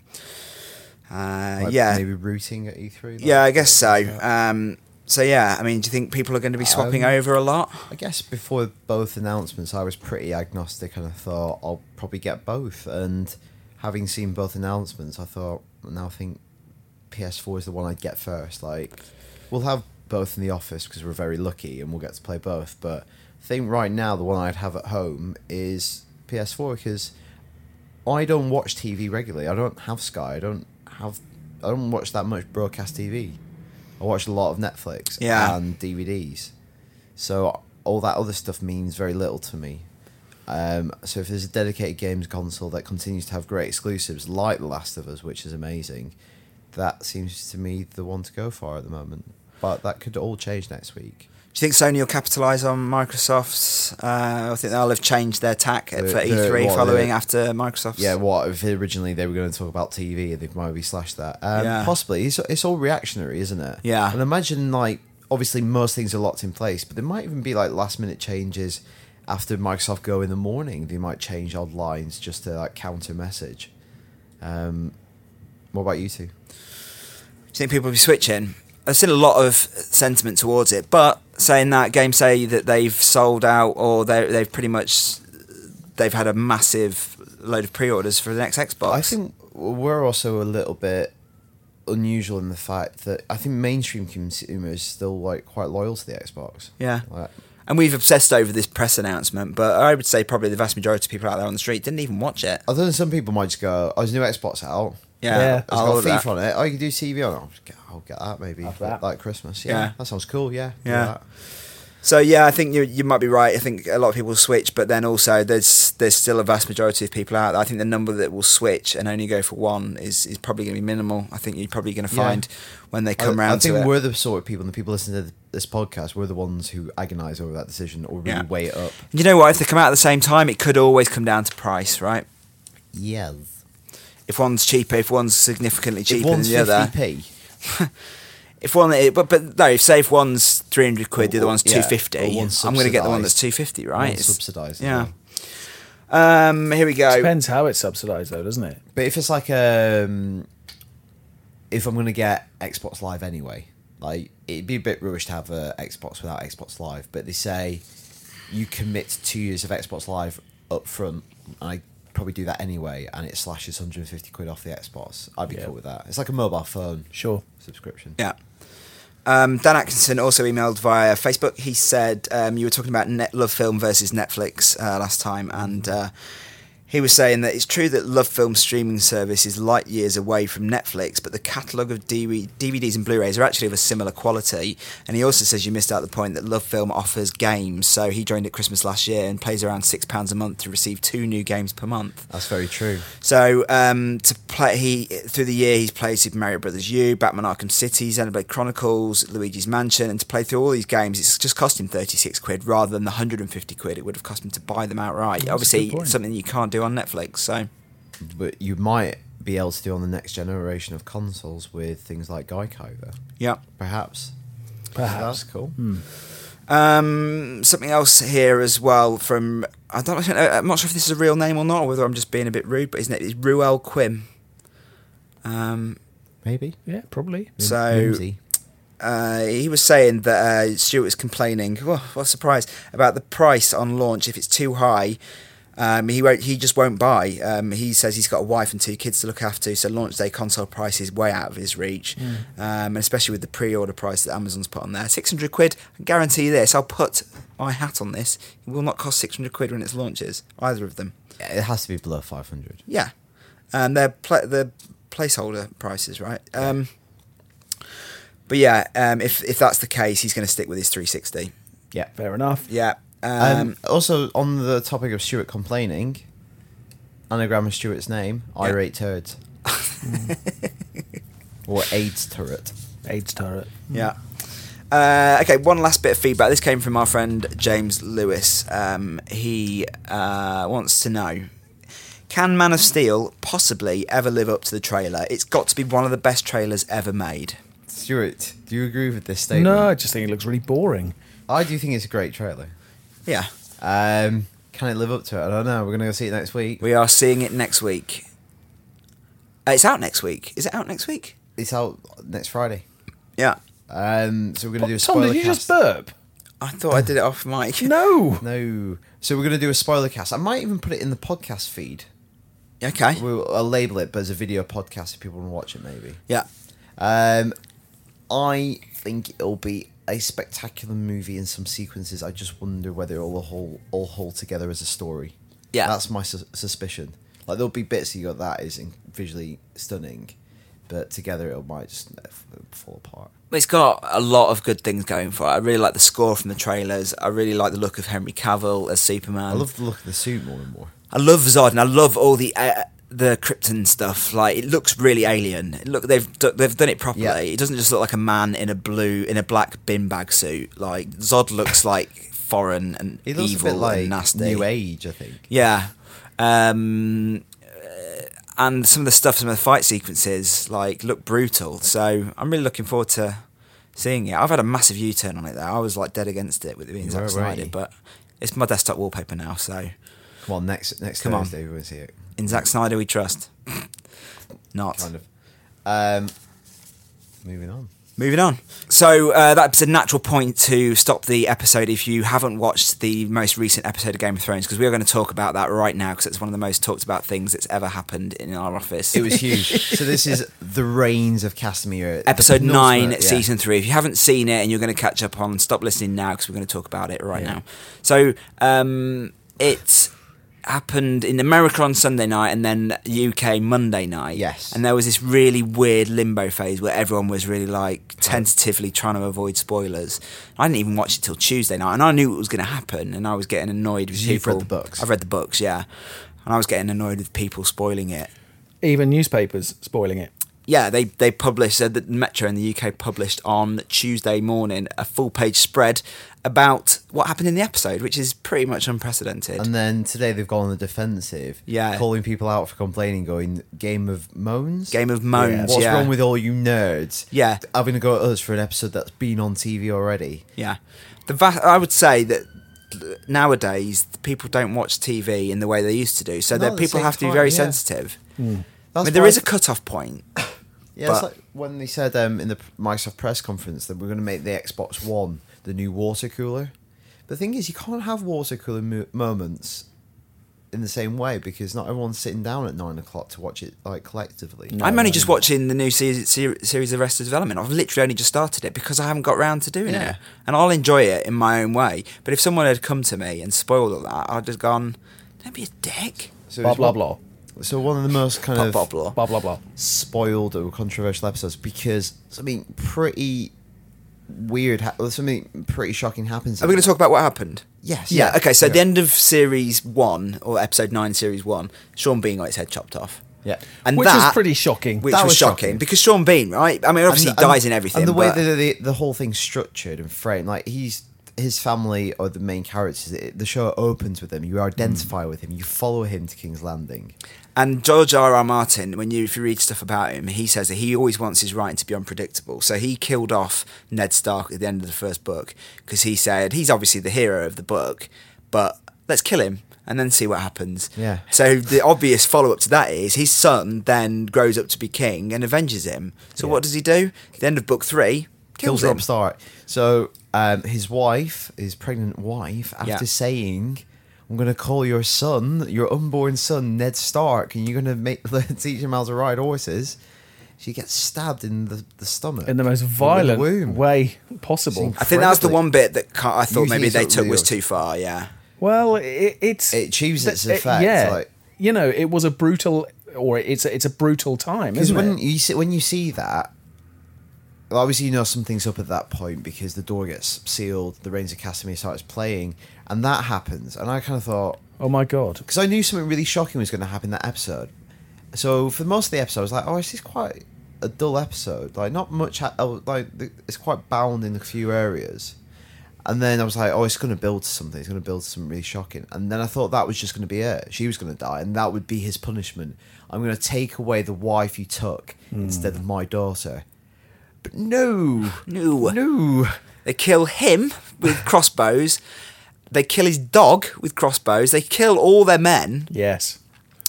Speaker 1: uh,
Speaker 3: Like
Speaker 1: yeah,
Speaker 3: Maybe rooting at E E3. like-
Speaker 1: yeah, I guess so. Um, so yeah, I mean, do you think people are going to be swapping
Speaker 3: Um,
Speaker 1: over a lot?
Speaker 3: I guess before both announcements, I was pretty agnostic and I thought I'll probably get both. And having seen both announcements, I thought now I think PS4 is the one I'd get first. Like, we'll have both in the office because we're very lucky and we'll get to play both. But I think right now the one I'd have at home is PS4 because I don't watch TV regularly. I don't have Sky. I don't have. I don't watch that much broadcast TV. I watch a lot of Netflix
Speaker 1: Yeah.
Speaker 3: and DVDs. So all that other stuff means very little to me. Um, so if there's a dedicated games console that continues to have great exclusives like The Last of Us, which is amazing, that seems to me the one to go for at the moment. But that could all change next week.
Speaker 1: Do you think Sony will capitalise on Microsoft's? Uh, I think they'll have changed their tack
Speaker 3: The-
Speaker 1: for
Speaker 3: the-
Speaker 1: E3
Speaker 3: what,
Speaker 1: following
Speaker 3: the-
Speaker 1: after Microsoft's.
Speaker 3: Yeah, what if originally they were going to talk about TV, they might be slashed that. Um,
Speaker 1: Yeah.
Speaker 3: Possibly. It's, it's all reactionary, isn't it?
Speaker 1: Yeah.
Speaker 3: And imagine, like, obviously most things are locked in place, but there might even be, like, last minute changes after Microsoft go in the morning. They might change odd lines just to, like, counter message. Um, what about you two?
Speaker 1: Do you think people will be switching? There's still a lot of sentiment towards it, but saying that, games say that they've sold out or they- they've pretty much they've had a massive load of pre-orders for the next Xbox.
Speaker 3: I think we're also a little bit unusual in the fact that I think mainstream consumers still like quite loyal to the Xbox.
Speaker 1: Yeah.
Speaker 3: Like,
Speaker 1: and we've obsessed over this press announcement, but I would say probably the vast majority of people out there on the street didn't even watch it.
Speaker 3: other than some people might just go, "Oh, there's a new Xbox out.
Speaker 1: Yeah,
Speaker 2: Yeah.
Speaker 3: It's got
Speaker 1: I'll order
Speaker 3: FIFA
Speaker 1: that.
Speaker 3: on it. Oh, you can do TV on it. I'll get, I'll get that maybe
Speaker 2: Have
Speaker 3: like-
Speaker 2: that.
Speaker 3: like Christmas. Yeah,
Speaker 1: Yeah.
Speaker 3: that sounds cool. Yeah, do
Speaker 1: Yeah.
Speaker 3: that.
Speaker 1: So yeah, I think you you might be right. I think a lot of people switch, but then also there's there's still a vast majority of people out there. I think the number that will switch and only go for one is, is probably going to be minimal. I think you're probably going to
Speaker 3: Yeah.
Speaker 1: find when they come
Speaker 3: I,
Speaker 1: round
Speaker 3: I think
Speaker 1: to it.
Speaker 3: we're the sort of people, and the people listening to this podcast, we're the ones who agonise over that decision or really
Speaker 1: Yeah.
Speaker 3: weigh it up.
Speaker 1: You know what? If they come out at the same time, it could always come down to price, right?
Speaker 3: Yes.
Speaker 1: If one's cheaper, if one's significantly
Speaker 3: If
Speaker 1: cheaper
Speaker 3: one's
Speaker 1: than the other,
Speaker 3: fifty p,
Speaker 1: if one, it- but but no, if say if one's three hundred quid, the other
Speaker 3: Or-
Speaker 1: one's two
Speaker 3: yeah,
Speaker 1: fifty,
Speaker 3: or one's
Speaker 1: I'm going to get the one
Speaker 3: subsidised.
Speaker 1: that's two fifty, right? It's-
Speaker 3: subsidised. as
Speaker 1: Yeah.
Speaker 3: well.
Speaker 1: Um, here we go.
Speaker 2: Depends how it's subsidised, though, doesn't it?
Speaker 3: But if it's like um, if I'm gonna get Xbox Live anyway, like it'd be a bit rubbish to have a Xbox without Xbox Live. But they say you commit to two years of Xbox Live up front, and I probably do that anyway, and it slashes 150 quid off the Xbox. I'd be
Speaker 2: Yeah.
Speaker 3: cool with that. It's like a mobile phone
Speaker 2: Sure.
Speaker 3: subscription.
Speaker 1: Yeah. Um, Dan Atkinson also emailed via Facebook. He said um, you were talking about net Love Film versus Netflix uh, last time, and uh, he was saying that it's true that Love Film streaming service is light years away from Netflix, but the catalogue of DV- DVDs and Blu-rays are actually of a similar quality. And he also says you missed out the point that Love Film offers games. So he joined at Christmas last year and plays around six pounds a month to receive two new games per month.
Speaker 3: That's very true.
Speaker 1: So um, to play, he through the year he's played Super Mario Brothers U, Batman Arkham City, Xenoblade Chronicles, Luigi's Mansion, and to play through all these games, it's just cost him thirty six quid rather than the hundred and fifty quid it would have cost him to buy them outright.
Speaker 2: a
Speaker 1: Obviously,
Speaker 2: good point.
Speaker 1: it's something you can't do on Netflix. So
Speaker 3: But you might be able to do on the next generation of consoles with things like Geico, though.
Speaker 1: yeah.
Speaker 3: Perhaps.
Speaker 2: Perhaps.
Speaker 3: That's cool.
Speaker 1: Um, something else here as well from I don't know, I'm not sure if this is a real name or not, or whether I'm just being a bit rude, but his name is Ruel Quim. Um,
Speaker 3: Maybe.
Speaker 2: Yeah, probably.
Speaker 1: So- uh, he was saying that uh, Stuart was complaining. Well, what a surprise about the price on launch. If it's too high, um, he won't. He just won't buy. Um, he says he's got a wife and two kids to look after, so launch day console price is way out of his reach. Um, and especially with the pre-order price that Amazon's put on there, six hundred quid. I guarantee you this. I'll put my hat on this. It will not cost six hundred quid when it launches. Either of them.
Speaker 3: it has to be below 500.
Speaker 1: Yeah, and they're pla the placeholder prices, right? Um, but yeah, um, if if that's the case, he's going to stick with his 360.
Speaker 3: Yeah.
Speaker 2: Fair enough.
Speaker 1: Yeah. Um,
Speaker 3: Um, also, on the topic of Stuart complaining, anagram of Stuart's name, irate turd. or AIDS turret.
Speaker 2: AIDS turret.
Speaker 1: yeah. Uh, okay, one last bit of feedback. This came from our friend James Lewis. Um, he uh, wants to know. Can Man of Steel possibly ever live up to the trailer? It's got to be one of the best trailers ever made.
Speaker 3: Stuart, do you agree with this statement?
Speaker 2: No, I just think it looks really boring.
Speaker 3: I do think it's a great trailer.
Speaker 1: Yeah.
Speaker 3: Um, can it live up to it? I don't know. We're going to go see it next week.
Speaker 1: We are seeing it next week. Uh, it's out next week. Is it out next week?
Speaker 3: It's out next Friday.
Speaker 1: Yeah.
Speaker 3: Um, so we're going to do a
Speaker 2: Tom,
Speaker 3: spoiler
Speaker 2: did you just
Speaker 3: cast.
Speaker 2: burp?
Speaker 1: I thought I did it off mic.
Speaker 2: No.
Speaker 3: No. So we're going to do a spoiler cast. I might even put it in the podcast feed.
Speaker 1: Okay.
Speaker 3: We'll, I'll label it, but as a video podcast if people want to watch it, maybe.
Speaker 1: Yeah.
Speaker 3: Um, I think it'll be a spectacular movie in some sequences. I just wonder whether it'll whole all hold together as a story.
Speaker 1: Yeah.
Speaker 3: that's my sus- suspicion. Like there'll be bits you got that is in- visually stunning, but together it might just uh, f- fall apart.
Speaker 1: It's got a lot of good things going for it. I really like the score from the trailers. I really like the look of Henry Cavill as Superman.
Speaker 3: I love the look of the suit more and more.
Speaker 1: I love Zod, and I love all the uh, the Krypton stuff. Like it looks really alien. It Look, they've d- they've done it properly.
Speaker 3: Yeah.
Speaker 1: It doesn't just look like a man in a blue in a black bin bag suit. Like Zod looks like foreign and
Speaker 3: It looks
Speaker 1: evil
Speaker 3: a bit like
Speaker 1: and nasty.
Speaker 3: New Age, I think.
Speaker 1: Yeah. Um, uh, and some of the stuff, some of the fight sequences, like look brutal. So I'm really looking forward to seeing it. I've had a massive U-turn on it though. I was like dead against it with it being
Speaker 3: You
Speaker 1: Zack
Speaker 3: were,
Speaker 1: Snyder,
Speaker 3: weren't you?
Speaker 1: but it's my desktop wallpaper now. So
Speaker 3: Come on, next next
Speaker 1: Come on.
Speaker 3: Thursday we're going to see it.
Speaker 1: in Zack Snyder we trust. Not
Speaker 3: Kind of. Um, moving on.
Speaker 1: Moving on. So uh, that's a natural point to stop the episode if you haven't watched the most recent episode of Game of Thrones because we are going to talk about that right now because it's one of the most talked about things that's ever happened in our office.
Speaker 3: It was huge. so this is the reigns of Casimir. the
Speaker 1: episode nine,
Speaker 3: penultimate, yeah.
Speaker 1: season three. If you haven't seen it and you're going to catch up on, stop listening now because we're going to talk about it right now. So um, it happened in America on Sunday night and then UK Monday night.
Speaker 3: Yes.
Speaker 1: and there was this really weird limbo phase where everyone was really like tentatively trying to avoid spoilers. I didn't even watch it till Tuesday night, and I knew it was going to happen, and I was getting annoyed with
Speaker 3: So you've
Speaker 1: people.
Speaker 3: read the books?
Speaker 1: I've read the books, yeah, and I was getting annoyed with people spoiling it.
Speaker 2: Even newspapers spoiling it.
Speaker 1: yeah, they they published uh, the Metro in the UK published on Tuesday morning a full page spread about what happened in the episode, which is pretty much unprecedented.
Speaker 3: And then today they've gone on the defensive.
Speaker 1: Yeah.
Speaker 3: Calling people out for complaining, going, Game of Moans?
Speaker 1: Game of Moans,
Speaker 3: What's
Speaker 1: yeah.
Speaker 3: wrong with all you nerds?
Speaker 1: Yeah.
Speaker 3: Having to go at us for an episode that's been on TV already.
Speaker 1: yeah, the va- I would say that nowadays people don't watch TV in the way they used to do, so
Speaker 3: No,
Speaker 1: that
Speaker 3: at the
Speaker 1: people
Speaker 3: same
Speaker 1: have to be
Speaker 3: time,
Speaker 1: very
Speaker 3: yeah. Hmm.
Speaker 1: sensitive. I
Speaker 3: That's
Speaker 1: mean, there
Speaker 3: why-
Speaker 1: is a cut-off point.
Speaker 3: Yeah, it's
Speaker 1: but-
Speaker 3: like when they said um, in the Microsoft press conference that we're going to make the Xbox One the new water cooler. The thing is, you can't have water cooler mo- moments in the same way because not everyone's sitting down at nine o'clock to watch it like collectively.
Speaker 1: I'm only just watching the new series, ser- series of Arrested Development. I've literally only just started it because I haven't got round to doing
Speaker 3: Yeah.
Speaker 1: it, and I'll enjoy it in my own way. But if someone had come to me and spoiled all that, I'd have gone, "Don't be a dick."
Speaker 3: So
Speaker 2: blah
Speaker 3: it's
Speaker 2: blah
Speaker 3: one-
Speaker 2: blah.
Speaker 3: So one of the most kind
Speaker 1: Blah,
Speaker 3: of
Speaker 1: blah, blah.
Speaker 2: Blah blah blah.
Speaker 3: spoiled or controversial episodes because something pretty weird, ha- well, something pretty shocking happens.
Speaker 1: Are we going to talk about what happened?
Speaker 3: Yes.
Speaker 1: Yeah. Okay. So
Speaker 3: yeah.
Speaker 1: the end of series one or episode nine, series one, Sean Bean got his head chopped off.
Speaker 3: Yeah.
Speaker 1: And
Speaker 2: Which
Speaker 1: that
Speaker 2: was pretty shocking.
Speaker 1: Which
Speaker 3: That
Speaker 1: was,
Speaker 3: was
Speaker 1: shocking.
Speaker 3: shocking.
Speaker 1: because Sean Bean, right? I mean, obviously
Speaker 3: And-
Speaker 1: he dies
Speaker 3: and-
Speaker 1: in everything.
Speaker 3: And the way
Speaker 1: but-
Speaker 3: that the, the whole thing's structured and framed, like he's his family or the main characters. It, the show opens with him. You identify with him. You follow him to King's Landing.
Speaker 1: And George R. R. Martin, when you if you read stuff about him, he says that he always wants his writing to be unpredictable. So he killed off Ned Stark at the end of the first book because he said he's obviously the hero of the book, but let's kill him and then see what happens.
Speaker 3: Yeah.
Speaker 1: So the obvious follow up to that is his son then grows up to be king and avenges him. So
Speaker 3: Yeah.
Speaker 1: what does he do? At the end of book three, kills,
Speaker 3: Kills Rob
Speaker 1: him.
Speaker 3: Stark. So um, his wife, his pregnant wife, after
Speaker 1: Yeah.
Speaker 3: saying. I'm gonna call your son, your unborn son, Ned Stark, and you're gonna make teach him how to ride horses. She gets stabbed in the, the stomach,
Speaker 2: In the most
Speaker 3: Or
Speaker 2: violent
Speaker 3: womb.
Speaker 2: way possible.
Speaker 1: I think that was the
Speaker 3: Incredibly.
Speaker 1: one bit that ca- I thought
Speaker 3: Usually
Speaker 1: maybe
Speaker 3: it's
Speaker 1: they
Speaker 3: not
Speaker 1: took was
Speaker 3: real.
Speaker 1: too far. Yeah.
Speaker 2: Well, it, it's
Speaker 3: It achieves its
Speaker 2: th- it-
Speaker 3: effect,
Speaker 2: yeah,
Speaker 3: like-
Speaker 2: you know, it was a brutal, or it's a, it's a brutal time,
Speaker 3: Because
Speaker 2: isn't
Speaker 3: when
Speaker 2: it?
Speaker 3: you see, when you see that, well, obviously you know something's up at that point because the door gets sealed, the Reigns of Casimir starts playing, and that happens. And I kind of thought
Speaker 2: Oh my god!
Speaker 3: because I knew something really shocking was going to happen that episode. So for most of the episode, I was like, "Oh, this is quite a dull episode. Like not much. Ha- oh, like th- it's quite bound in a few areas." And then I was like, "Oh, it's going to build to something. It's going to build to something really shocking." And then I thought that was just going to be it. She was going to die, and that would be his punishment. I'm going to take away the wife you took instead of my daughter. But no,
Speaker 1: No.
Speaker 3: no.
Speaker 1: They kill him with crossbows. They kill his dog with crossbows. They kill all their men
Speaker 2: Yes,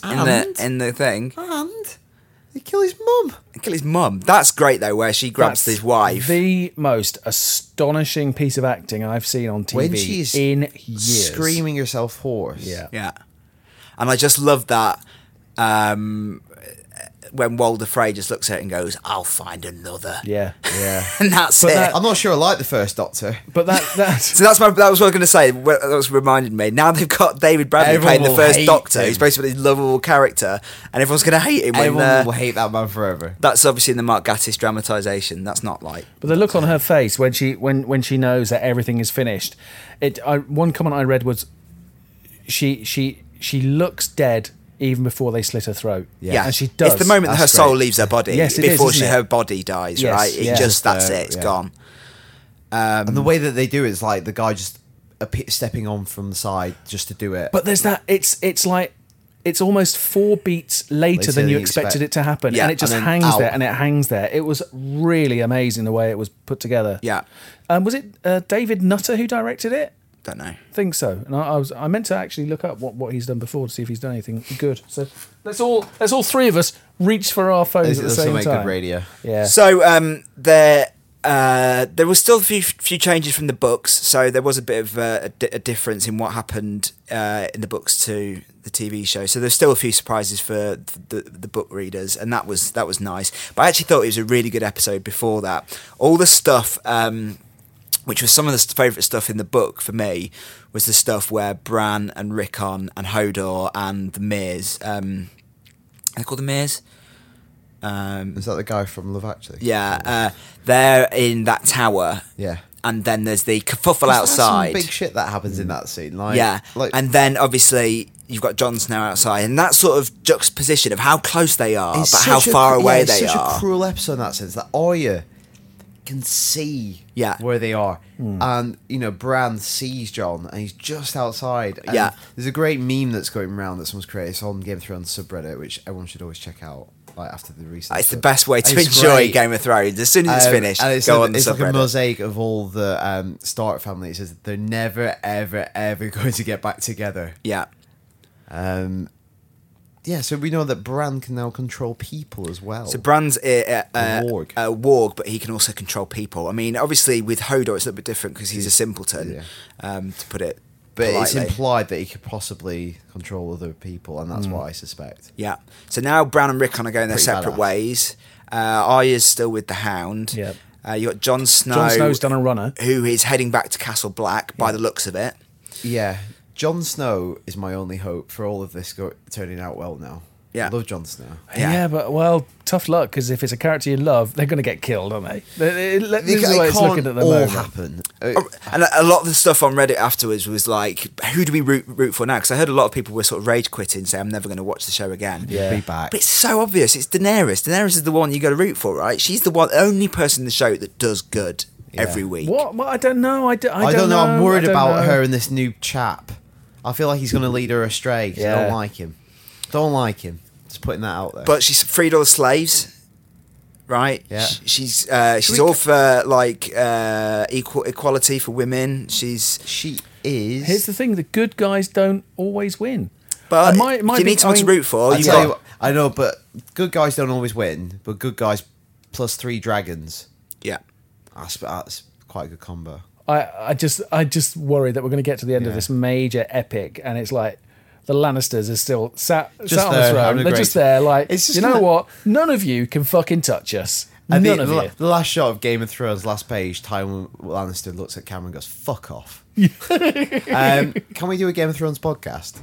Speaker 1: in the in the thing.
Speaker 3: and they kill his mum.
Speaker 1: They kill his mum. That's great though, where she grabs
Speaker 2: That's
Speaker 1: his wife.
Speaker 2: The most astonishing piece of acting I've seen on TV
Speaker 3: when she's
Speaker 2: in years.
Speaker 3: screaming herself hoarse.
Speaker 2: Yeah.
Speaker 1: yeah, and I just love that. Um, when Walder Frey just looks at it and goes, "I'll find another,"
Speaker 2: yeah.
Speaker 3: yeah.
Speaker 1: and that's
Speaker 2: But
Speaker 1: it.
Speaker 2: that-
Speaker 3: Eh, I'm not sure I like the first Doctor.
Speaker 2: But that that
Speaker 1: so that's my, that was what I was going to say. Wh- That was reminded me. Now they've got David Bradley
Speaker 3: Everyone
Speaker 1: playing the
Speaker 3: will
Speaker 1: first
Speaker 3: hate
Speaker 1: Doctor.
Speaker 3: him.
Speaker 1: He's basically this lovable character, and everyone's going to hate him. When,
Speaker 3: Everyone
Speaker 1: uh,
Speaker 3: will hate that man forever.
Speaker 1: that's obviously in the Mark Gatiss dramatisation. That's not like
Speaker 2: but the look on her face when she when when she knows that everything is finished. It I, one comment I read was she she she looks dead even before they slit her throat.
Speaker 1: yeah.
Speaker 2: and she does.
Speaker 1: It's the moment that her
Speaker 3: That's
Speaker 1: soul
Speaker 3: great.
Speaker 1: leaves her body
Speaker 2: Yes, it is,
Speaker 1: before she
Speaker 2: isn't it?
Speaker 1: her body dies.
Speaker 2: Yes,
Speaker 1: right? It
Speaker 2: yeah.
Speaker 1: just that's
Speaker 3: Uh,
Speaker 1: it. It's
Speaker 3: yeah.
Speaker 1: gone.
Speaker 3: and the way that they do it is like the guy just appe- stepping on from the side just to do it.
Speaker 2: But there's that. It's it's like it's almost four beats later,
Speaker 3: Later
Speaker 2: than
Speaker 3: than
Speaker 2: you
Speaker 3: you
Speaker 2: expected
Speaker 3: expect.
Speaker 2: it to happen,
Speaker 1: Yeah,
Speaker 2: and it just
Speaker 1: and then
Speaker 2: hangs there
Speaker 3: out.
Speaker 2: and it hangs there. It was really amazing the way it was put together.
Speaker 1: Yeah.
Speaker 2: Um, was it uh, David Nutter who directed it?
Speaker 1: Don't know.
Speaker 2: think so. And I, I was I meant to actually look up what, what he's done before to see if he's done anything good. So let's all let's all three of us reach for our phones
Speaker 3: This
Speaker 2: at the
Speaker 3: doesn't
Speaker 2: same
Speaker 3: make
Speaker 2: time.
Speaker 3: good radio.
Speaker 2: Yeah.
Speaker 1: So um, there Uh, there was still a few few changes from the books, so there was a bit of uh, a, di- a difference in what happened uh, in the books to the TV show. So there's still a few surprises for the, the book readers, and that was that was nice. But I actually thought it was a really good episode. Before that, all the stuff. Um, which was some of the st- favourite stuff in the book for me, was the stuff where Bran and Rickon and Hodor and the Mears, um, are they called the Mears? Um,
Speaker 3: Is that the guy from Love Actually?
Speaker 1: yeah, uh, they're in that tower,
Speaker 3: Yeah.
Speaker 1: and then there's the kerfuffle
Speaker 3: That's some
Speaker 1: outside.
Speaker 3: big shit that happens in that scene. Like,
Speaker 1: yeah,
Speaker 3: Like,
Speaker 1: and then obviously you've got Jon Snow outside, and that sort of juxtaposition of how close they are,
Speaker 3: it's
Speaker 1: but how
Speaker 3: such a
Speaker 1: far
Speaker 3: cru-
Speaker 1: away
Speaker 3: yeah, it's
Speaker 1: they
Speaker 3: such
Speaker 1: are.
Speaker 3: a cruel episode in that sense that Arya can see
Speaker 1: Yeah. Hmm.
Speaker 3: where they are, and you know Bran sees John, and he's just outside. And
Speaker 1: Yeah.
Speaker 3: there's a great meme that's going around that someone's created it's on Game of Thrones subreddit, which everyone should always check out. Like after the recent,
Speaker 1: it's the
Speaker 3: stuff.
Speaker 1: best way to
Speaker 3: It's
Speaker 1: enjoy
Speaker 3: great.
Speaker 1: Game of Thrones. As soon as it's
Speaker 3: Um,
Speaker 1: finished,
Speaker 3: and it's
Speaker 1: go
Speaker 3: like,
Speaker 1: on the
Speaker 3: It's like a
Speaker 1: subreddit.
Speaker 3: mosaic of all the um, Stark family. It says they're never, ever, ever going to get back together.
Speaker 1: yeah,
Speaker 3: Um, yeah, so we know that Bran can now control people as well.
Speaker 1: So Bran's a, a, a,
Speaker 3: Oh. A warg.
Speaker 1: a warg, but he can also control people. I mean, obviously with Hodor, it's a little bit different because he's a simpleton,
Speaker 3: yeah.
Speaker 1: um, to put it.
Speaker 3: but it's
Speaker 1: politely.
Speaker 3: implied that he could possibly control other people, and that's
Speaker 2: Hmm.
Speaker 3: what I suspect.
Speaker 1: yeah. So now Bran and Rickon are going their
Speaker 3: Pretty
Speaker 1: separate
Speaker 3: badass.
Speaker 1: ways. Uh, Arya's still with the Hound.
Speaker 2: Yep.
Speaker 1: Uh, you got Jon Snow.
Speaker 2: Jon Snow's done a runner.
Speaker 1: Who is heading back to Castle Black by the looks of it.
Speaker 3: Yeah, Jon Snow is my only hope for all of this go- turning out well now.
Speaker 1: Yeah.
Speaker 3: I love Jon Snow.
Speaker 1: Yeah.
Speaker 2: Yeah. but well, tough luck because if it's a character you love, they're going to get killed, aren't they? They- they-
Speaker 3: It,
Speaker 2: This is
Speaker 3: it
Speaker 2: the way it's
Speaker 3: can't
Speaker 2: looking at the
Speaker 3: all
Speaker 2: moment.
Speaker 3: happen.
Speaker 2: Uh,
Speaker 1: Oh, And a- a lot of the stuff on Reddit afterwards was like, who do we root, root for now? Because I heard a lot of people were sort of rage quitting, saying, I'm never going to watch the show again.
Speaker 3: yeah. Be back.
Speaker 1: But it's so obvious. It's Daenerys. Daenerys is the one you got to root for, right? She's the one, only person in the show that does good
Speaker 3: Yeah.
Speaker 1: every week.
Speaker 2: What? Well, I don't know. I, d- I,
Speaker 3: I don't know. I'm worried
Speaker 2: I don't
Speaker 3: about
Speaker 2: know.
Speaker 3: her and this new chap. I feel like he's going to lead her astray. 'cause I
Speaker 2: Yeah.
Speaker 3: don't like him. Don't like him. Just putting that out there.
Speaker 1: But she's freed all the slaves, right?
Speaker 3: Yeah.
Speaker 1: Sh- She's uh, she's
Speaker 3: we
Speaker 1: all
Speaker 3: c-
Speaker 1: for like uh, equal equality for women. She's
Speaker 3: she is.
Speaker 2: Here's the thing: the good guys don't always win.
Speaker 1: but
Speaker 2: And my- my
Speaker 1: if you
Speaker 2: big-
Speaker 1: need someone
Speaker 2: I
Speaker 1: to
Speaker 2: mean-
Speaker 1: root for.
Speaker 3: I,
Speaker 1: You
Speaker 3: tell
Speaker 1: got
Speaker 3: you what, I know, but good guys don't always win. But good guys plus three dragons.
Speaker 1: yeah.
Speaker 3: That's, that's quite a good combo.
Speaker 2: I, I just I just worry that we're going to get to the end
Speaker 3: Yeah.
Speaker 2: of this major epic, and it's like the Lannisters are still sat,
Speaker 3: Just
Speaker 2: sat on
Speaker 3: there,
Speaker 2: the throne.
Speaker 3: having a
Speaker 2: They're
Speaker 3: great-
Speaker 2: just there, like
Speaker 3: It's just
Speaker 2: you know
Speaker 3: gonna-
Speaker 2: what? None of you can fucking touch us.
Speaker 3: And
Speaker 2: None
Speaker 3: the,
Speaker 2: of
Speaker 3: the,
Speaker 2: you.
Speaker 3: the last shot of Game of Thrones, last page, Tywin Lannister looks at Cameron and goes, "Fuck off." um, can we do a Game of Thrones podcast?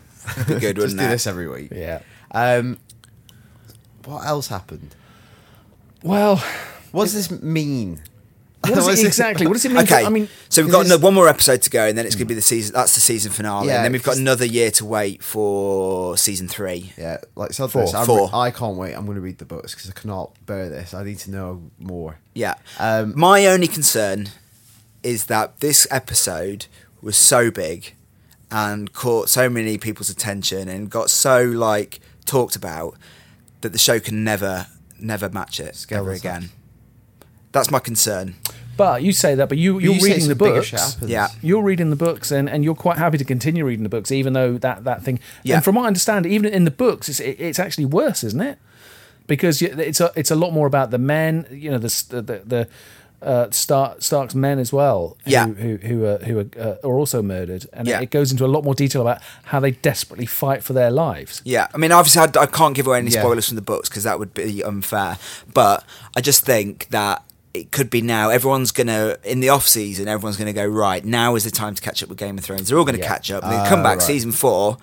Speaker 1: Be good,
Speaker 3: Just
Speaker 1: wouldn't
Speaker 3: do
Speaker 1: it?
Speaker 3: this every week.
Speaker 2: Yeah.
Speaker 3: Um, what else happened?
Speaker 2: Well,
Speaker 3: What does this mean?
Speaker 2: what is it exactly? What does it mean? to-
Speaker 1: Okay,
Speaker 2: I mean,
Speaker 1: so we've
Speaker 3: is
Speaker 1: got
Speaker 3: this-
Speaker 1: another, one more episode to go, and then it's going to be the season. That's the season finale,
Speaker 3: Yeah,
Speaker 1: and then we've got
Speaker 3: 'cause-
Speaker 1: another year to wait for season three.
Speaker 3: Yeah, like so.
Speaker 1: Four.
Speaker 3: this, I'm,
Speaker 1: Four.
Speaker 3: I can't wait. I'm going to read the books because I cannot bear this. I need to know more.
Speaker 1: Yeah.
Speaker 3: Um,
Speaker 1: My only concern is that this episode was so big and caught so many people's attention and got so like talked about that the show can never never match it
Speaker 3: Scale
Speaker 1: ever
Speaker 3: this up.
Speaker 1: again. That's my concern.
Speaker 2: but you say that, but you
Speaker 3: But
Speaker 2: you're
Speaker 3: you say
Speaker 2: reading the
Speaker 3: some bigger shit
Speaker 2: books.
Speaker 3: happens.
Speaker 1: Yeah.
Speaker 2: You're reading the books, and, and you're quite happy to continue reading the books, even though that that thing.
Speaker 1: Yeah.
Speaker 2: And from what I understand, even in the books, it's it, it's actually worse, isn't it? Because you- it's a it's a lot more about the men, you know, the s- the the uh, Stark, Stark's men as well, who,
Speaker 1: Yeah.
Speaker 2: who who are who are, uh, are also murdered, and
Speaker 1: Yeah.
Speaker 2: it goes into a lot more detail about how they desperately fight for their lives.
Speaker 1: Yeah, I mean, obviously, I, I can't give away any
Speaker 3: Yeah.
Speaker 1: spoilers from the books because that would be unfair. But I just think that it could be now. Everyone's gonna in the off season. Everyone's gonna go right now is the time to catch up with Game of Thrones. They're all gonna
Speaker 2: Yeah.
Speaker 1: catch up. And they
Speaker 3: Ah,
Speaker 1: come back
Speaker 3: right.
Speaker 1: season four,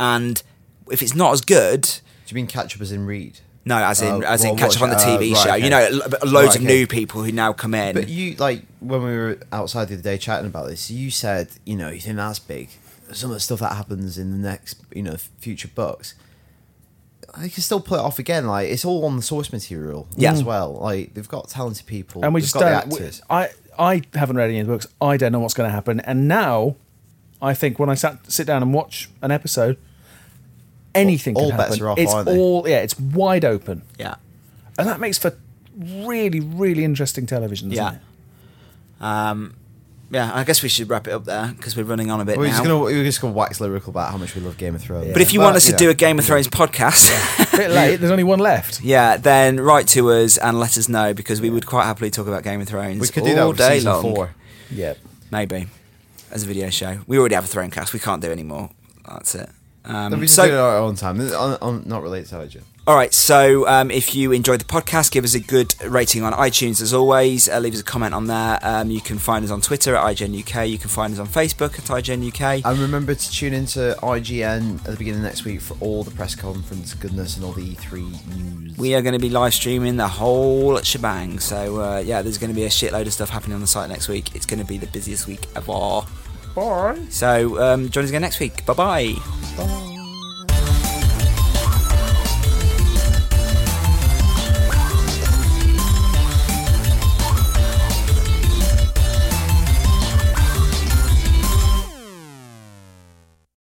Speaker 1: and if it's not as good,
Speaker 3: Do you mean catch up as in read?
Speaker 1: no, as in
Speaker 3: Oh,
Speaker 1: as in
Speaker 3: well,
Speaker 1: catch up on the
Speaker 3: watch- uh,
Speaker 1: TV
Speaker 3: right,
Speaker 1: show. You
Speaker 3: okay.
Speaker 1: know, lo- loads
Speaker 3: Right,
Speaker 1: of
Speaker 3: okay.
Speaker 1: new people who now come in.
Speaker 3: But you like when we were outside the other day chatting about this. You said you know you think that's big. Some of the stuff that happens in the next you know future books, they can still put it off again. Like it's all on the source material
Speaker 1: Yeah.
Speaker 3: as well. Like they've got talented people
Speaker 2: and we
Speaker 3: they've
Speaker 2: just
Speaker 3: got the
Speaker 2: don't. we-
Speaker 3: actors.
Speaker 2: I I haven't read any of the books. I don't know what's going to happen. And now, I think when I sat, sit down and watch an episode, anything
Speaker 3: All-
Speaker 2: can
Speaker 3: all
Speaker 2: happen.
Speaker 3: bets are off,
Speaker 2: it's
Speaker 3: aren't they?
Speaker 2: all yeah, it's wide open,
Speaker 1: yeah,
Speaker 2: and that makes for really really interesting television. Doesn't
Speaker 1: yeah.
Speaker 2: It?
Speaker 1: Um, yeah, I guess we should wrap it up there because we're running on a bit
Speaker 3: We're
Speaker 1: now.
Speaker 3: just gonna we're just gonna wax lyrical about how much we love Game of Thrones.
Speaker 1: But if you want us to
Speaker 3: know,
Speaker 1: do a Game of Thrones podcast,
Speaker 2: bit late. There's only one left.
Speaker 1: yeah, then write to us and let us know because we would quite happily talk about Game of Thrones
Speaker 3: we could
Speaker 1: all
Speaker 3: do that with
Speaker 1: day
Speaker 3: season
Speaker 1: long.
Speaker 3: four.
Speaker 2: Yeah.
Speaker 1: Maybe as a video show. We already have a Thronecast. We can't do any more. That's it.
Speaker 3: Then
Speaker 1: Um,
Speaker 3: we just do it at
Speaker 1: so,
Speaker 3: our own time. This- I'm, I'm not related to Elijah.
Speaker 1: all right. So, um, if you enjoyed the podcast, give us a good rating on iTunes as always. Uh, leave us a comment on there. Um, you can find us on Twitter at IGNUK. You can find us on Facebook at IGNUK.
Speaker 3: And remember to tune into IGN at the beginning of next week for all the press conference goodness and all the E3 news.
Speaker 1: we are going to be live streaming the whole shebang. So uh, yeah, there's going to be a shitload of stuff happening on the site next week. It's going to be the busiest week of all.
Speaker 2: Bye.
Speaker 1: So um, join us again next week. Bye bye.
Speaker 3: Bye.